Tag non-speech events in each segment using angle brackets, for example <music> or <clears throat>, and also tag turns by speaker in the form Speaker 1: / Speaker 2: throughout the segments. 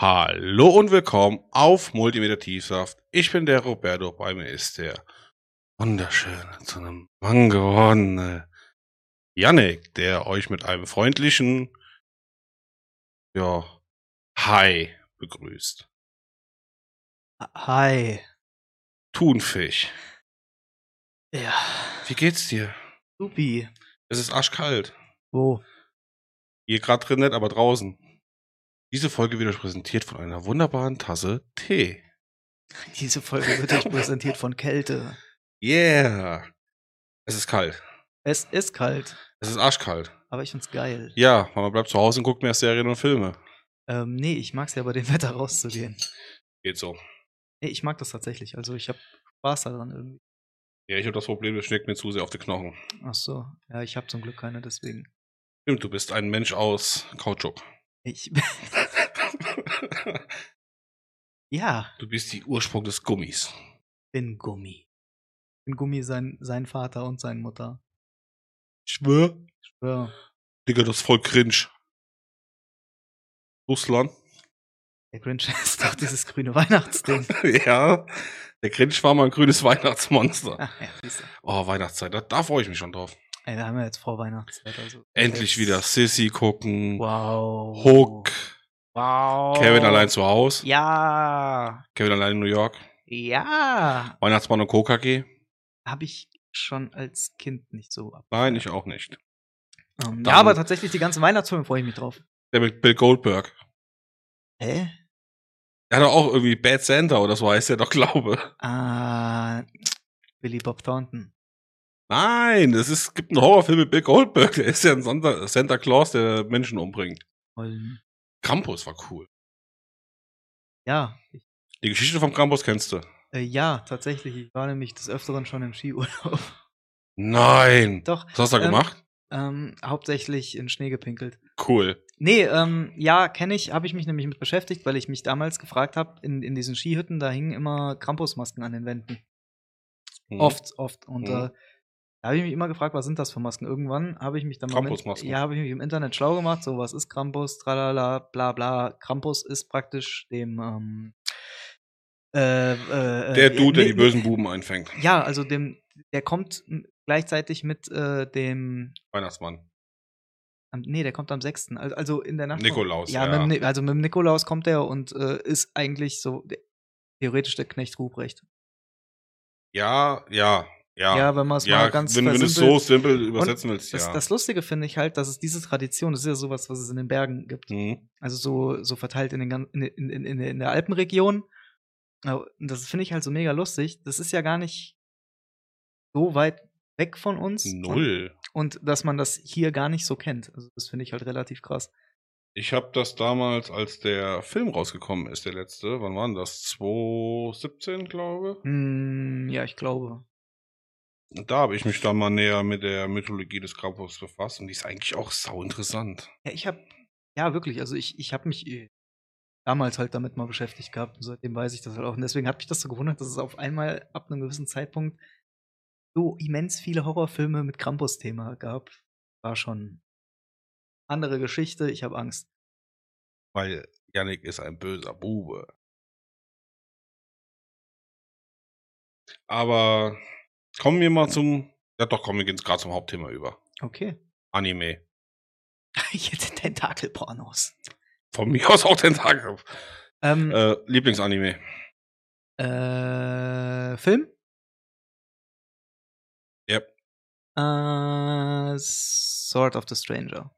Speaker 1: Hallo und willkommen auf Multimeter Tiefsaft. Ich bin der Roberto, bei mir ist der wunderschöne, zu einem Mann gewordene Yannick, der euch mit einem freundlichen, ja, Hi begrüßt.
Speaker 2: Hi.
Speaker 1: Thunfisch,
Speaker 2: Ja.
Speaker 1: wie geht's dir?
Speaker 2: Supi. Oh,
Speaker 1: Es ist arschkalt.
Speaker 2: Wo?
Speaker 1: Hier gerade drin nicht, aber draußen. Diese Folge wird euch präsentiert von einer wunderbaren Tasse Tee.
Speaker 2: Diese Folge wird euch präsentiert von Kälte.
Speaker 1: Yeah! Es ist kalt.
Speaker 2: Es ist kalt,
Speaker 1: Es ist arschkalt.
Speaker 2: aber ich find's geil.
Speaker 1: Ja, man bleibt zu Hause und guckt mehr Serien und Filme.
Speaker 2: Ähm, nee, ich mag's ja bei dem <laughs> Wetter rauszugehen.
Speaker 1: Geht so.
Speaker 2: Nee, ich mag das tatsächlich. Also ich hab Spaß daran irgendwie.
Speaker 1: Ja, ich habe das Problem, das schlägt mir zu sehr auf die Knochen.
Speaker 2: Ach so. Ja, ich hab zum Glück keine, deswegen.
Speaker 1: Stimmt, du bist ein Mensch aus <laughs> Kautschuk.
Speaker 2: Ich. <laughs> ja,
Speaker 1: du bist die Ursprung des Gummis.
Speaker 2: bin Gummi. Bin Gummi sein, sein Vater und seine Mutter.
Speaker 1: Ich schwör.
Speaker 2: Ja.
Speaker 1: Digga, das ist voll cringe. <laughs> Russland.
Speaker 2: Der Grinch <laughs> ist doch dieses
Speaker 1: <laughs>
Speaker 2: grüne Weihnachtsding.
Speaker 1: ja. Der Cringe war mal ein grünes Weihnachtsmonster.
Speaker 2: Ach ja, siehst du.
Speaker 1: Oh, Weihnachtszeit, da, da freue ich mich schon drauf.
Speaker 2: Ey, wir haben ja jetzt vor Weihnachtszeit. Also
Speaker 1: Endlich
Speaker 2: jetzt-
Speaker 1: wieder Sissy gucken,
Speaker 2: Wow.
Speaker 1: Hook,
Speaker 2: Wow.
Speaker 1: Kevin allein zu Hause,
Speaker 2: Ja.
Speaker 1: Kevin allein in New York,
Speaker 2: Ja.
Speaker 1: Weihnachtsmann und KKG.
Speaker 2: Habe ich schon als Kind nicht so ab.
Speaker 1: Nein, ich auch nicht.
Speaker 2: Ähm,
Speaker 1: Dann-
Speaker 2: ja, aber tatsächlich die ganzen Weihnachtsfilme freue ich mich drauf.
Speaker 1: Der mit Bill Goldberg.
Speaker 2: Hä?
Speaker 1: Er hat doch auch irgendwie Bad Santa oder so heißt er doch, <laughs> glaube.
Speaker 2: Ah, Billy Bob Thornton.
Speaker 1: Nein, es ist, gibt einen Horrorfilm mit Bill Goldberg. Der ist ja ein Santa, Santa Claus, der Menschen umbringt.
Speaker 2: Holm.
Speaker 1: Krampus war cool.
Speaker 2: Ja. Ich,
Speaker 1: Die Geschichte vom Krampus kennst du.
Speaker 2: äh, ja, tatsächlich. Ich war nämlich des Öfteren schon im Skiurlaub. <laughs>
Speaker 1: Nein.
Speaker 2: Doch.
Speaker 1: Was hast du da
Speaker 2: Ähm,
Speaker 1: gemacht?
Speaker 2: Ähm, hauptsächlich in Schnee gepinkelt.
Speaker 1: Cool.
Speaker 2: Nee, ähm, ja, kenne ich, habe ich mich nämlich mit beschäftigt, weil ich mich damals gefragt habe, in, in diesen Skihütten, da hingen immer Krampusmasken an den Wänden.
Speaker 1: Mhm.
Speaker 2: Oft, oft. Und
Speaker 1: Mhm.
Speaker 2: äh, da habe ich mich immer gefragt, was sind das für Masken? Irgendwann habe ich mich dann mal mit,
Speaker 1: Krampusmasken.
Speaker 2: ja, habe ich mich im Internet schlau gemacht, so was ist Krampus, tralala, bla bla. Krampus ist praktisch dem ähm, äh, äh,
Speaker 1: Der
Speaker 2: äh,
Speaker 1: Dude, der
Speaker 2: nee,
Speaker 1: die bösen Buben einfängt.
Speaker 2: nee, Ja, also dem, der kommt m, gleichzeitig mit äh, dem
Speaker 1: Weihnachtsmann.
Speaker 2: am, nee, der kommt am 6. Also, also in der Nacht. vom-
Speaker 1: Nikolaus,
Speaker 2: Ja,
Speaker 1: ja.
Speaker 2: Mit, dem Ni- also mit dem Nikolaus kommt er und äh, ist eigentlich so de- theoretisch der Knecht Ruprecht.
Speaker 1: Ja, ja, ja.
Speaker 2: Ja, wenn man es
Speaker 1: ja
Speaker 2: mal ganz
Speaker 1: wenn, wenn du es
Speaker 2: versimpelt-
Speaker 1: so simpel übersetzen willst,
Speaker 2: Das,
Speaker 1: ja.
Speaker 2: das Lustige finde ich halt, dass es diese Tradition, das ist ja sowas, was es in den Bergen gibt.
Speaker 1: mhm.
Speaker 2: Also so, so verteilt in, den, gan- in, in, in, in- in der Alpenregion. Aber Das finde ich halt so mega lustig. Das ist ja gar nicht so weit weg von uns.
Speaker 1: Null.
Speaker 2: Und, und dass man das hier gar nicht so kennt. Also das finde ich halt relativ krass.
Speaker 1: Ich habe das damals, als der Film rausgekommen ist, der letzte, wann war denn das? 2017, glaube
Speaker 2: Hm, ja, ich glaube.
Speaker 1: Und Da habe ich mich dann mal näher mit der Mythologie des Krampus befasst und die ist eigentlich auch sau interessant.
Speaker 2: Ja, ich habe, ja wirklich, also ich, ich habe mich eh damals halt damit mal beschäftigt gehabt und seitdem weiß ich das halt auch. Und deswegen hat mich das so gewundert, dass es auf einmal ab einem gewissen Zeitpunkt so immens viele Horrorfilme mit Krampus-Thema gab. War schon andere Geschichte, ich habe Angst.
Speaker 1: Weil Yannick ist ein böser Bube. Aber kommen wir mal zum. Ja doch, kommen wir jetzt gerade zum Hauptthema über.
Speaker 2: Okay. <laughs>
Speaker 1: Anime.
Speaker 2: Jetzt Tentakelpornos.
Speaker 1: Von mir aus auch den Tag.
Speaker 2: Ähm,
Speaker 1: Äh, Lieblingsanime.
Speaker 2: äh, Film?
Speaker 1: Yep.
Speaker 2: Äh, Sword of the Stranger.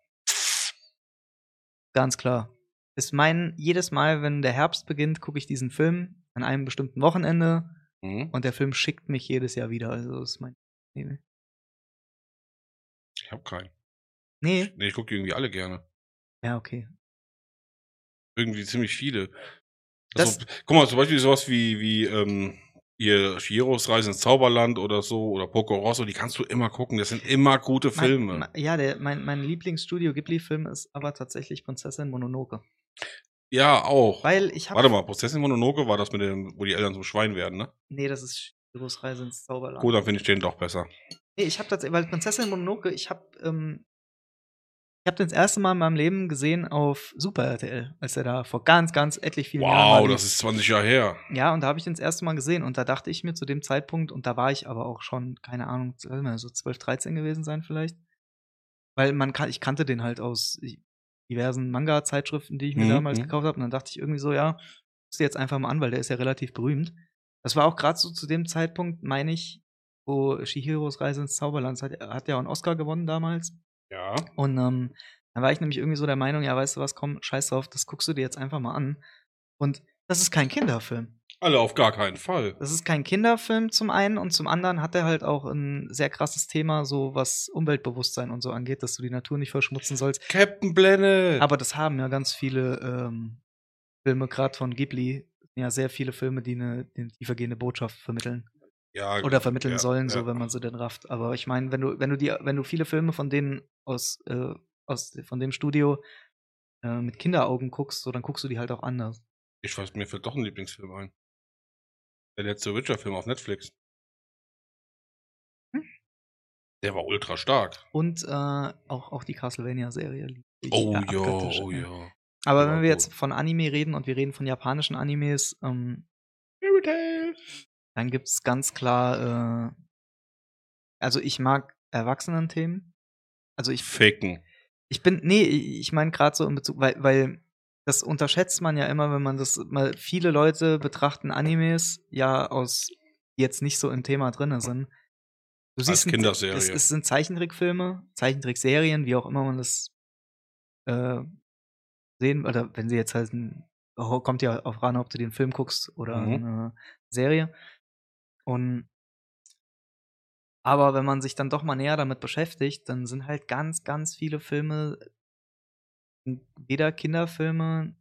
Speaker 2: Ganz klar. Ist mein, jedes Mal, wenn der Herbst beginnt, gucke ich diesen Film an einem bestimmten Wochenende
Speaker 1: Hm?
Speaker 2: und der Film schickt mich jedes Jahr wieder. Also ist mein. Nee.
Speaker 1: Ich habe keinen.
Speaker 2: nee.
Speaker 1: Nee, ich gucke irgendwie alle gerne.
Speaker 2: Ja, okay.
Speaker 1: Irgendwie ziemlich viele.
Speaker 2: Das-
Speaker 1: Also, guck mal, zum Beispiel sowas wie, wie ähm, ihr Shiros Reise ins Zauberland oder so oder Poco Rosso, die kannst du immer gucken. Das sind immer gute
Speaker 2: Mein-
Speaker 1: Filme.
Speaker 2: Mein, ja, der, mein, mein Lieblingsstudio Ghibli-Film ist aber tatsächlich Prinzessin Mononoke.
Speaker 1: ja, auch.
Speaker 2: Weil ich habe.
Speaker 1: Warte mal, Prinzessin Mononoke war das mit dem, wo die Eltern zum Schwein werden, ne?
Speaker 2: Nee, das ist Shiros Reise ins Zauberland.
Speaker 1: Gut, dann finde ich den doch besser.
Speaker 2: Nee, ich habe tatsächlich, weil Prinzessin Mononoke, ich habe ähm, ich habe den das erste Mal in meinem Leben gesehen auf Super RTL, als er da vor ganz, ganz etlich vielen Jahren
Speaker 1: Wow,
Speaker 2: war.
Speaker 1: das ist 20 Jahre her.
Speaker 2: Ja, und da habe ich den das erste Mal gesehen und da dachte ich mir zu dem Zeitpunkt, und da war ich aber auch schon, keine Ahnung, soll mal so 12, 13 gewesen sein vielleicht. Weil man kann, ich kannte den halt aus diversen Manga-Zeitschriften, die ich mir
Speaker 1: Mhm,
Speaker 2: damals
Speaker 1: mhm.
Speaker 2: gekauft habe. Und dann dachte ich irgendwie so, ja, guckst du jetzt einfach mal an, weil der ist ja relativ berühmt. Das war auch gerade so zu dem Zeitpunkt, meine ich, wo Shihiros Reise ins Zauberland hat, hat ja auch einen Oscar gewonnen damals.
Speaker 1: Ja.
Speaker 2: Und ähm, dann war ich nämlich irgendwie so der Meinung, ja, weißt du was, komm, scheiß drauf, das guckst du dir jetzt einfach mal an. Und das ist kein Kinderfilm.
Speaker 1: Alle auf gar keinen Fall.
Speaker 2: Das ist kein Kinderfilm zum einen und zum anderen hat er halt auch ein sehr krasses Thema, so was Umweltbewusstsein und so angeht, dass du die Natur nicht verschmutzen sollst.
Speaker 1: Captain Planet.
Speaker 2: Aber das haben ja ganz viele ähm, Filme, gerade von Ghibli, ja sehr viele Filme, die eine, die eine tiefergehende Botschaft vermitteln
Speaker 1: ja,
Speaker 2: oder vermitteln
Speaker 1: ja,
Speaker 2: sollen,
Speaker 1: ja.
Speaker 2: so wenn man sie denn rafft. Aber ich meine, wenn du, wenn du die, wenn du viele Filme von denen aus, äh, aus von dem Studio äh, mit Kinderaugen guckst, so dann guckst du die halt auch anders.
Speaker 1: Ich weiß, mir fällt doch ein Lieblingsfilm ein. Der letzte Witcher-Film auf Netflix.
Speaker 2: Hm?
Speaker 1: Der war ultra stark.
Speaker 2: Und äh, auch, auch die Castlevania-Serie. lieb ich
Speaker 1: Oh ja,
Speaker 2: abgöttisch,
Speaker 1: oh
Speaker 2: ey.
Speaker 1: ja.
Speaker 2: Aber
Speaker 1: Ja,
Speaker 2: wenn
Speaker 1: gut.
Speaker 2: wir jetzt von Anime reden und wir reden von japanischen Animes, ähm,
Speaker 1: Fairy Tail.
Speaker 2: dann gibt es ganz klar, äh, also ich mag Erwachsenenthemen. Also ich,
Speaker 1: Ficken.
Speaker 2: ich bin, nee, ich meine gerade so in Bezug, weil, weil das unterschätzt man ja immer, wenn man das, mal viele Leute betrachten Animes ja aus, die jetzt nicht so im Thema drinne sind. Du
Speaker 1: Als
Speaker 2: siehst ein-
Speaker 1: Kinderserie.
Speaker 2: Es, es sind Zeichentrickfilme, Zeichentrickserien, wie auch immer man das äh, sehen, oder wenn sie jetzt halt ein, oh, kommt ja auch ran, ob du den Film guckst oder
Speaker 1: Mhm.
Speaker 2: eine Serie. Und aber wenn man sich dann doch mal näher damit beschäftigt, dann sind halt ganz, ganz viele Filme äh, weder Kinderfilme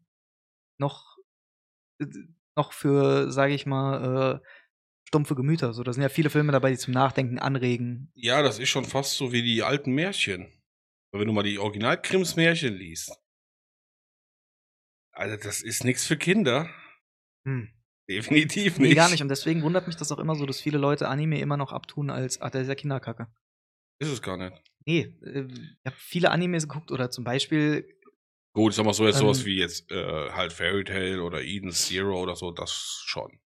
Speaker 2: noch äh, noch für, sage ich mal, äh, stumpfe Gemüter. So, da sind ja viele Filme dabei, die zum Nachdenken anregen,
Speaker 1: Ja, das ist schon fast so wie die alten Märchen. Weil Wenn du mal die Original-Krims-Märchen liest. Alter, das ist nichts für Kinder. <laughs>
Speaker 2: Hm.
Speaker 1: Definitiv nicht.
Speaker 2: Nee, gar nicht. Und deswegen wundert mich das auch immer so, dass viele Leute Anime immer noch abtun als, ah, das ist ja Kinderkacke.
Speaker 1: Ist es gar nicht.
Speaker 2: Nee, äh, ich habe viele Animes geguckt oder zum Beispiel,
Speaker 1: Gut, ich sag mal so jetzt
Speaker 2: Ähm,
Speaker 1: sowas wie jetzt äh, halt Fairy Tail oder Eden Zero oder so, das schon.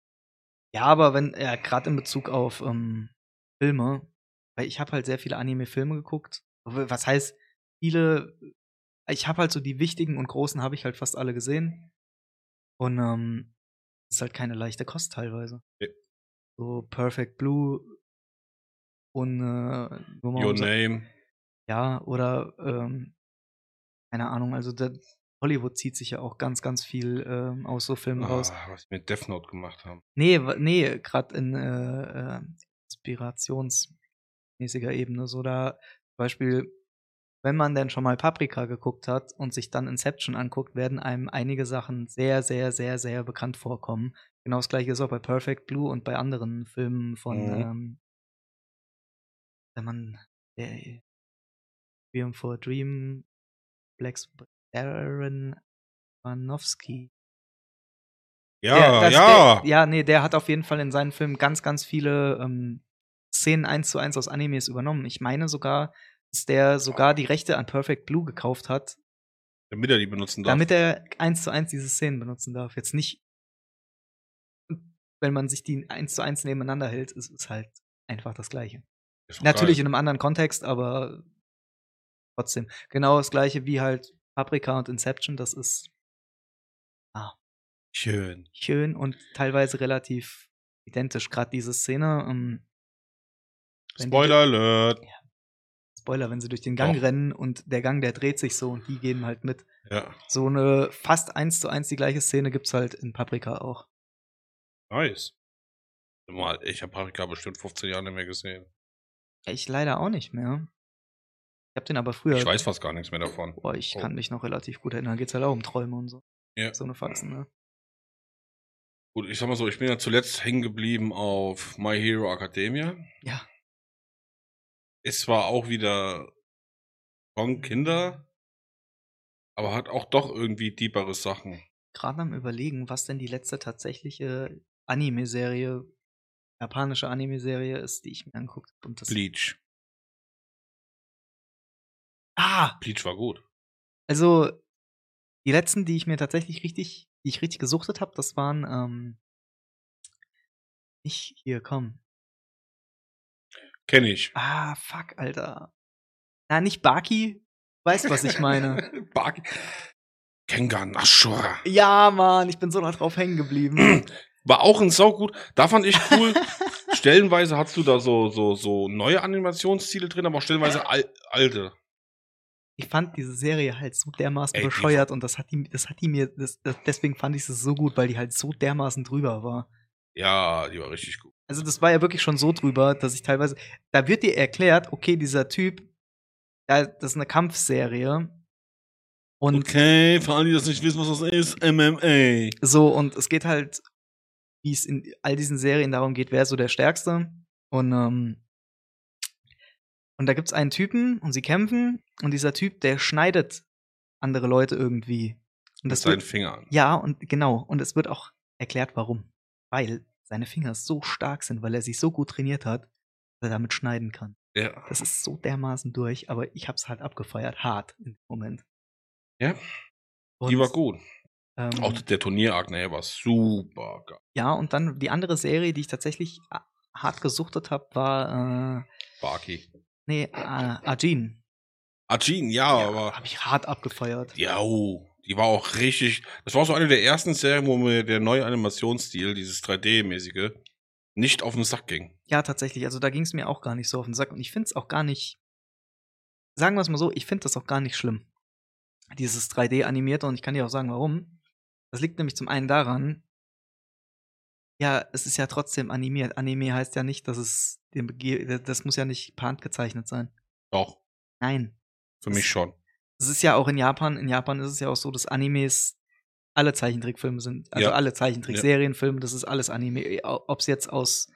Speaker 2: ja, aber wenn, ja, gerade in Bezug auf ähm, Filme, weil ich habe halt sehr viele Anime-Filme geguckt. Was heißt, viele, ich habe halt so die wichtigen und großen habe ich halt fast alle gesehen. Und ähm, ist halt keine leichte Kost teilweise.
Speaker 1: Nee.
Speaker 2: So Perfect Blue und äh, nur mal
Speaker 1: Your
Speaker 2: um so-
Speaker 1: Name.
Speaker 2: Ja, oder ähm, keine Ahnung, also der Hollywood zieht sich ja auch ganz, ganz viel ähm, aus so Filmen raus.
Speaker 1: Ah, was die mit Death Note gemacht haben.
Speaker 2: Nee, wa- nee, gerade in äh, äh, inspirationsmäßiger Ebene, so da zum Beispiel, wenn man denn schon mal Paprika geguckt hat und sich dann Inception anguckt, werden einem einige Sachen sehr, sehr, sehr, sehr bekannt vorkommen. Genau das gleiche ist auch bei Perfect Blue und bei anderen Filmen von,
Speaker 1: Mhm.
Speaker 2: ähm, wenn man der Dream for a Dream, Black Sp- Darren Aronofsky,
Speaker 1: Ja,
Speaker 2: der, das,
Speaker 1: ja.
Speaker 2: Der, ja, nee, der hat auf jeden Fall in seinen Filmen ganz, ganz viele ähm, Szenen eins zu eins aus Animes übernommen. Ich meine sogar, dass der sogar die Rechte an Perfect Blue gekauft hat,
Speaker 1: Damit er die benutzen darf.
Speaker 2: damit er eins zu eins diese Szenen benutzen darf. Jetzt nicht, wenn man sich die eins zu eins nebeneinander hält, ist es halt einfach das Gleiche.
Speaker 1: Ist doch
Speaker 2: Natürlich
Speaker 1: geil.
Speaker 2: in einem anderen Kontext, aber trotzdem. Genau das Gleiche wie halt Paprika und Inception, das ist
Speaker 1: Schön.
Speaker 2: schön und teilweise relativ identisch. Gerade diese Szene, ähm, Wenn die-
Speaker 1: Spoiler Alert.
Speaker 2: Spoiler, wenn sie durch den Gang
Speaker 1: Doch.
Speaker 2: rennen und der Gang, der dreht sich so und die gehen halt mit.
Speaker 1: Ja,
Speaker 2: So eine fast eins zu eins die gleiche Szene gibt's halt in Paprika auch.
Speaker 1: nice. Sag Mal, ich habe Paprika bestimmt 15 Jahre nicht mehr gesehen.
Speaker 2: Ich leider auch nicht mehr. Ich hab den aber früher.
Speaker 1: Ich weiß fast gar nichts mehr davon.
Speaker 2: Boah, ich
Speaker 1: Oh.
Speaker 2: kann mich noch relativ gut erinnern. Geht's halt auch um Träume und so.
Speaker 1: Ja.
Speaker 2: So eine Faxen, ne?
Speaker 1: Gut, ich sag mal so, ich bin ja zuletzt hängen geblieben auf My Hero Academia.
Speaker 2: Ja.
Speaker 1: Es war auch wieder von Kinder, aber hat auch doch irgendwie deepere Sachen.
Speaker 2: Gerade am Überlegen, was denn die letzte tatsächliche Anime-Serie, japanische Anime-Serie ist, die ich mir anguckt habe. Und das
Speaker 1: Bleach.
Speaker 2: Ja,
Speaker 1: Bleach war gut.
Speaker 2: also die letzten, die ich mir tatsächlich richtig, die ich richtig gesuchtet habe, das waren, ähm, ich, hier, komm.
Speaker 1: Kenne ich.
Speaker 2: Ah, fuck, Alter. Na, nicht Baki, weißt, was
Speaker 1: <laughs>
Speaker 2: ich meine.
Speaker 1: Baki. Kengan Ashura.
Speaker 2: ja, Mann, ich bin so noch drauf
Speaker 1: <clears throat>
Speaker 2: hängen geblieben.
Speaker 1: War auch ein saugut. Da fand ich
Speaker 2: <laughs>
Speaker 1: cool. stellenweise hast du da so, so, so neue Animationsstile drin, aber auch stellenweise al alte.
Speaker 2: ich fand diese Serie halt so dermaßen
Speaker 1: Ey, die
Speaker 2: bescheuert und das hat die, das hat die mir, das, das, deswegen fand ich es so gut, weil die halt so dermaßen drüber war.
Speaker 1: Ja, die war richtig gut.
Speaker 2: Also das war ja wirklich schon so drüber, dass ich teilweise, da wird dir erklärt, okay, dieser Typ, ja, das ist eine Kampfserie und
Speaker 1: Okay, für alle, die das nicht wissen, was das ist, MMA.
Speaker 2: so und es geht halt, wie es in all diesen Serien darum geht, wer ist so der Stärkste und ähm, und da gibt's einen Typen und sie kämpfen und dieser Typ, der schneidet andere Leute irgendwie und
Speaker 1: Mit
Speaker 2: das
Speaker 1: seinen
Speaker 2: wird,
Speaker 1: Fingern.
Speaker 2: ja und genau und es wird auch erklärt, warum, weil seine Finger so stark sind, weil er sich so gut trainiert hat, dass er damit schneiden kann.
Speaker 1: Ja.
Speaker 2: Das ist so dermaßen durch, aber ich hab's halt abgefeiert, hart im Moment.
Speaker 1: Ja.
Speaker 2: Und,
Speaker 1: Die war gut.
Speaker 2: Ähm,
Speaker 1: Auch der Turnierarg, ne, war super geil.
Speaker 2: ja, und dann die andere Serie, die ich tatsächlich a- hart gesuchtet habe, war, äh,
Speaker 1: Baki.
Speaker 2: nee, äh, Ajin.
Speaker 1: Ajin, ja,
Speaker 2: ja,
Speaker 1: aber.
Speaker 2: Hab ich hart abgefeiert.
Speaker 1: Ja, oh, die war auch richtig. Das war so eine der ersten Serien, wo mir der neue Animationsstil, dieses 3D-mäßige, nicht auf den Sack ging.
Speaker 2: Ja, tatsächlich, also da ging's mir auch gar nicht so auf den Sack und ich find's auch gar nicht, sagen wir's mal so, ich find das auch gar nicht schlimm. Dieses 3D-animierte und ich kann dir auch sagen, warum. Das liegt nämlich zum einen daran, ja, es ist ja trotzdem animiert. Anime heißt ja nicht, dass es dem Bege- das muss ja nicht per Hand gezeichnet sein.
Speaker 1: Doch,
Speaker 2: Nein.
Speaker 1: für mich schon.
Speaker 2: Es ist ja auch in Japan, in Japan ist es ja auch so, dass Animes alle Zeichentrickfilme sind, also
Speaker 1: Ja.
Speaker 2: alle Zeichentrickserienfilme, Filme, das ist alles Anime, ob es jetzt aus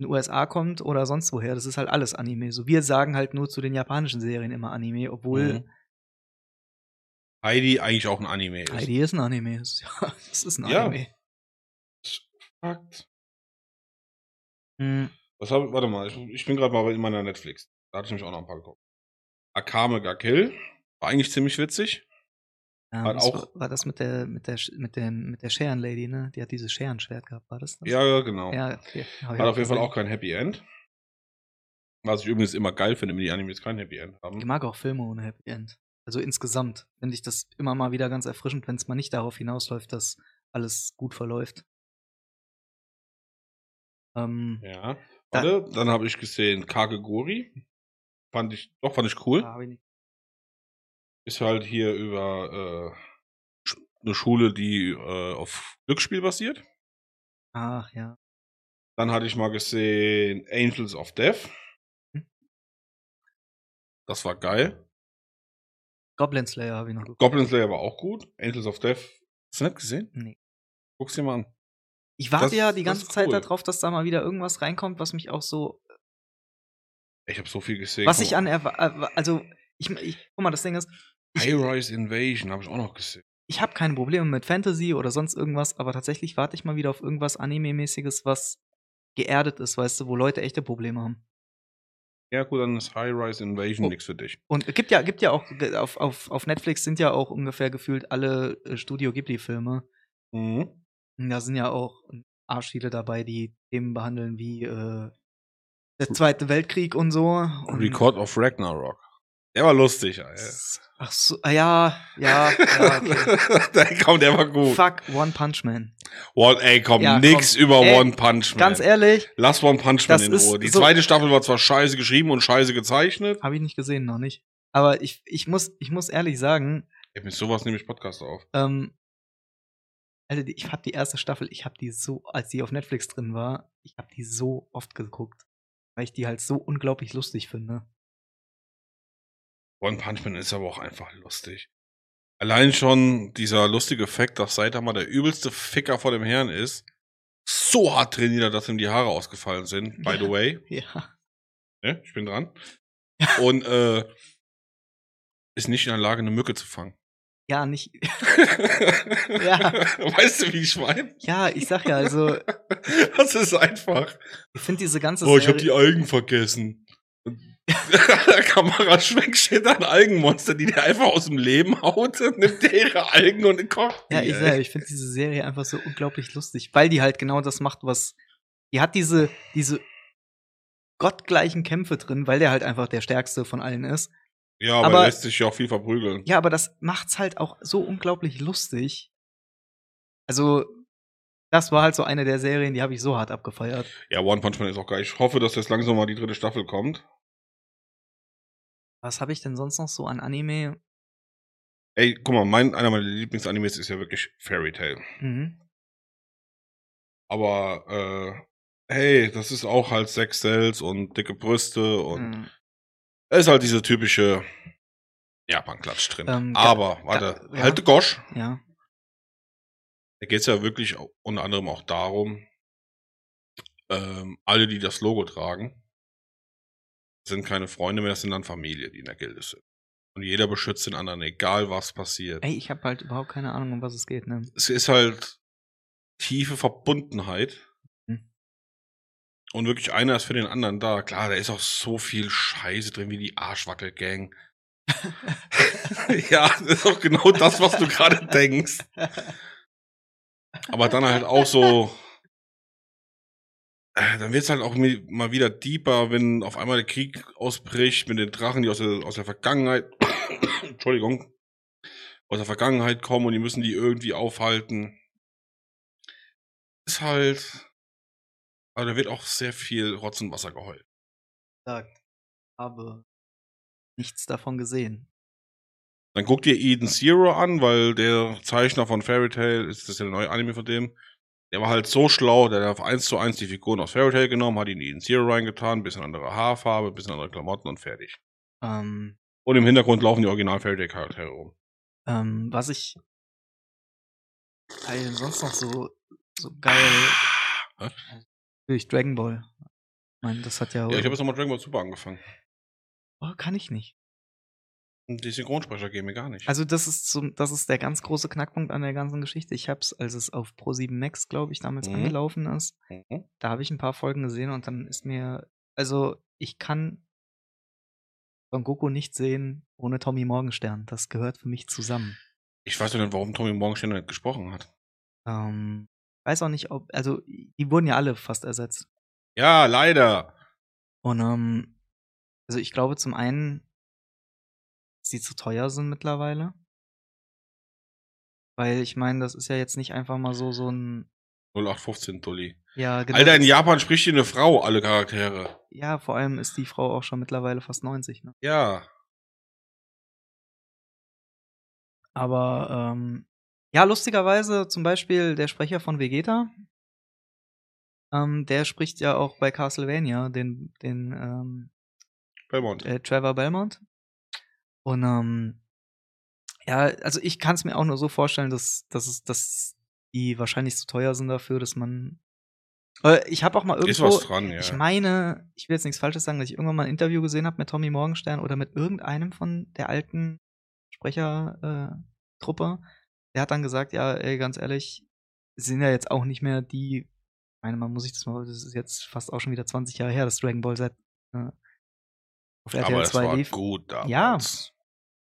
Speaker 2: den USA kommt oder sonst woher, das ist halt alles Anime. So wir sagen halt nur zu den japanischen Serien immer Anime, obwohl
Speaker 1: Mhm. Heidi eigentlich auch ein Anime ist.
Speaker 2: Heidi ist ein Anime. <laughs> Das ist- Ja, das ist ein
Speaker 1: Ja.
Speaker 2: Anime.
Speaker 1: Fakt.
Speaker 2: Mhm.
Speaker 1: Was hab, warte mal, ich, ich bin gerade mal in meiner Netflix. Da hatte ich mich auch noch ein paar geguckt. Akame ga Kill. War eigentlich ziemlich witzig.
Speaker 2: Ähm,
Speaker 1: Hat
Speaker 2: das
Speaker 1: auch-
Speaker 2: war, war das mit der mit der Sch- mit dem mit der Scheren Lady, ne? Die hat dieses Scherenschwert gehabt, war das? das?
Speaker 1: Ja, ja, genau.
Speaker 2: ja okay. Hab ich
Speaker 1: Hat auf jeden Fall
Speaker 2: gesehen.
Speaker 1: auch kein Happy End. Was ich übrigens immer geil finde, wenn die Animes kein Happy End haben.
Speaker 2: Ich mag auch Filme ohne Happy End. Also insgesamt finde ich das immer mal wieder ganz erfrischend, wenn es mal nicht darauf hinausläuft, dass alles gut verläuft. Ähm,
Speaker 1: Ja.
Speaker 2: Da-
Speaker 1: Warte, dann habe ich gesehen Kagegori. Fand ich, doch, fand ich cool.
Speaker 2: da hab ich nicht-
Speaker 1: Ist halt hier über äh, Sch- eine Schule, die äh, auf Glücksspiel basiert.
Speaker 2: Ach ja.
Speaker 1: Dann hatte ich mal gesehen Angels of Death.
Speaker 2: Mhm.
Speaker 1: Das war geil.
Speaker 2: Goblin Slayer habe ich noch geguckt.
Speaker 1: Goblin Slayer war auch gut. Angels of Death. Hast du nicht gesehen?
Speaker 2: Nee.
Speaker 1: Guck's dir mal an.
Speaker 2: Ich warte
Speaker 1: Das-
Speaker 2: ja die
Speaker 1: das
Speaker 2: ganze
Speaker 1: ist
Speaker 2: Zeit
Speaker 1: cool.
Speaker 2: darauf, dass da mal wieder irgendwas reinkommt, was mich auch so.
Speaker 1: Ich habe so viel gesehen.
Speaker 2: Was
Speaker 1: Guck
Speaker 2: ich
Speaker 1: mal.
Speaker 2: an. erwa- äh, Also, ich, ich. Guck mal, das Ding ist,
Speaker 1: High-Rise Invasion habe ich auch noch gesehen.
Speaker 2: ich habe keine Probleme mit Fantasy oder sonst irgendwas, aber tatsächlich warte ich mal wieder auf irgendwas Anime-mäßiges, was geerdet ist, weißt du, wo Leute echte Probleme haben.
Speaker 1: Ja, gut, dann ist High-Rise Invasion
Speaker 2: Oh.
Speaker 1: nix für dich.
Speaker 2: Und es gibt ja, gibt ja auch, ge- auf, auf, auf Netflix sind ja auch ungefähr gefühlt alle äh, Studio Ghibli-Filme.
Speaker 1: Mhm.
Speaker 2: Und Da sind ja auch ein Arsch viele dabei, die Themen behandeln wie äh, der Zweite Weltkrieg und so. Und
Speaker 1: Record of Ragnarok. Der war lustig, Alter.
Speaker 2: Ach so, ah ja,
Speaker 1: <laughs>
Speaker 2: ja, ja. Okay.
Speaker 1: der, komm, der war gut.
Speaker 2: Fuck, One Punch Man.
Speaker 1: One, ey, komm,
Speaker 2: Ja,
Speaker 1: nix
Speaker 2: komm.
Speaker 1: über
Speaker 2: Ey,
Speaker 1: One Punch Man.
Speaker 2: Ganz ehrlich,
Speaker 1: Lass One Punch Man
Speaker 2: Das
Speaker 1: in
Speaker 2: ist
Speaker 1: Ruhe. Die
Speaker 2: so-
Speaker 1: zweite Staffel war zwar scheiße geschrieben und scheiße gezeichnet.
Speaker 2: habe ich nicht gesehen, noch nicht. Aber ich, ich, muss, ich muss ehrlich sagen,
Speaker 1: Ey, mit sowas nehme ich Podcast auf.
Speaker 2: Ähm, Alter, die- ich hab die erste Staffel, ich hab die so, als die auf Netflix drin war, ich hab die so oft geguckt, weil ich die halt so unglaublich lustig finde. <laughs>
Speaker 1: One Punch Man ist aber auch einfach lustig. Allein schon dieser lustige Fakt, dass Saitama der übelste Ficker vor dem Herrn ist. So hart trainiert er, dass ihm die Haare ausgefallen sind, by the way.
Speaker 2: Ja.
Speaker 1: Ne? Ich bin dran. Und äh, ist nicht in der Lage, eine Mücke zu fangen.
Speaker 2: Ja, nicht. <laughs>
Speaker 1: <laughs> Weißt du, wie ich meine?
Speaker 2: Ja, ich sag ja, also,
Speaker 1: Das ist einfach.
Speaker 2: ich finde diese ganze
Speaker 1: Oh, ich habe
Speaker 2: Serie-
Speaker 1: die Algen vergessen. <laughs> Kamera schwenkt an Algenmonster, die der einfach aus dem Leben haut, <laughs> nimmt der ihre Algen und kocht. die,
Speaker 2: Ja, ich,
Speaker 1: ey.
Speaker 2: sag, ich finde diese Serie einfach so unglaublich lustig, weil die halt genau das macht, was. Die hat diese, diese gottgleichen Kämpfe drin, weil der halt einfach der stärkste von allen ist.
Speaker 1: Ja, aber,
Speaker 2: aber-
Speaker 1: lässt sich ja auch viel verprügeln.
Speaker 2: Ja, aber das macht's halt auch so unglaublich lustig. Also, das war halt so eine der Serien, die habe ich so hart abgefeiert.
Speaker 1: Ja, One Punch Man ist auch geil. Ich hoffe, dass jetzt langsam mal die dritte Staffel kommt.
Speaker 2: Was habe ich denn sonst noch so an Anime?
Speaker 1: Ey, guck mal, mein, einer meiner Lieblingsanimes ist ja wirklich Fairy Tail.
Speaker 2: Mhm.
Speaker 1: Aber, äh, hey, das ist auch halt Sex Cells und dicke Brüste und
Speaker 2: Mhm.
Speaker 1: da ist halt diese typische Japan-Klatsch drin.
Speaker 2: Ähm, ga-
Speaker 1: Aber, warte,
Speaker 2: ja.
Speaker 1: halte Gosch.
Speaker 2: Ja.
Speaker 1: Da geht es ja wirklich au- unter anderem auch darum, ähm, alle, die das Logo tragen, sind keine Freunde mehr, das sind dann Familie, die in der Gilde sind. Und jeder beschützt den anderen, egal was passiert.
Speaker 2: Ey, ich habe halt überhaupt keine Ahnung, um was es geht, ne?
Speaker 1: Es ist halt tiefe Verbundenheit.
Speaker 2: Mhm.
Speaker 1: Und wirklich einer ist für den anderen da. Klar, da ist auch so viel Scheiße drin, wie die Arschwackel-Gang. ja, das ist auch genau das, was du gerade denkst. Aber dann halt auch so. äh, Dann wird es halt auch mi- mal wieder deeper, wenn auf einmal der Krieg ausbricht mit den Drachen, die aus der, aus der Vergangenheit, <coughs> Entschuldigung, aus der Vergangenheit kommen und die müssen die irgendwie aufhalten. Ist halt. Aber da wird auch sehr viel Rotz und Wasser geheult.
Speaker 2: Sagt. Habe nichts davon gesehen.
Speaker 1: Dann guck dir Eden Zero an, weil der Zeichner von Fairy Tail, ist das ja der neue Anime von dem, der war halt so schlau, der hat auf 1 zu 1 die Figuren aus Fairy Tail genommen, hat ihn in Eden Zero reingetan, bisschen andere Haarfarbe, bisschen andere Klamotten und fertig.
Speaker 2: Ähm,
Speaker 1: Und im Hintergrund laufen die original Fairy Tail Charaktere rum.
Speaker 2: ähm, was ich weil sonst noch so, so geil
Speaker 1: Was?
Speaker 2: durch Dragon Ball. Ich meine, das hat ja.
Speaker 1: Ja, ich habe jetzt nochmal Dragon Ball Super angefangen.
Speaker 2: oh, kann ich nicht.
Speaker 1: Und die Synchronsprecher gehen mir gar nicht.
Speaker 2: Also das ist so, das ist der ganz große Knackpunkt an der ganzen Geschichte. Ich hab's, als es auf Pro 7 Max, glaube ich, damals
Speaker 1: Mhm.
Speaker 2: angelaufen ist,
Speaker 1: Mhm.
Speaker 2: da habe ich ein paar Folgen gesehen und dann ist mir, also ich kann Son Goku nicht sehen ohne Tommy Morgenstern. Das gehört für mich zusammen.
Speaker 1: ich weiß ja nicht, warum Tommy Morgenstern nicht gesprochen hat.
Speaker 2: Ähm, weiß auch nicht, ob, also die wurden ja alle fast ersetzt.
Speaker 1: Ja, leider.
Speaker 2: Und ähm, also ich glaube zum einen, dass die zu teuer sind mittlerweile. Weil ich meine, das ist ja jetzt nicht einfach mal so so ein
Speaker 1: 0815 Dulli.
Speaker 2: ja genau.
Speaker 1: Alter, in Japan spricht hier eine Frau, alle Charaktere.
Speaker 2: Ja, vor allem ist die Frau auch schon mittlerweile fast 90, ne?
Speaker 1: Ja.
Speaker 2: Aber ähm, ja, lustigerweise zum Beispiel der Sprecher von Vegeta, ähm, der spricht ja auch bei Castlevania den den ähm,
Speaker 1: Belmont.
Speaker 2: äh, Trevor Belmont. Und ähm, ja, also ich kann es mir auch nur so vorstellen, dass, dass, es, dass die wahrscheinlich zu teuer sind dafür, dass man. Äh, ich habe auch mal
Speaker 1: Ist
Speaker 2: irgendwo.
Speaker 1: was dran, ja.
Speaker 2: Ich meine, ich will jetzt nichts Falsches sagen, dass ich irgendwann mal ein Interview gesehen habe mit Tommy Morgenstern oder mit irgendeinem von der alten Sprechertruppe. Äh, Truppe. der hat dann gesagt, ja, ey, ganz ehrlich, sie sind ja jetzt auch nicht mehr die. Ich meine, man muss sich das mal, das ist jetzt fast auch schon wieder 20 Jahre her, das Dragon Ball Z äh, auf RTL
Speaker 1: Aber es
Speaker 2: 2
Speaker 1: war
Speaker 2: lief.
Speaker 1: gut
Speaker 2: Ja.
Speaker 1: damals.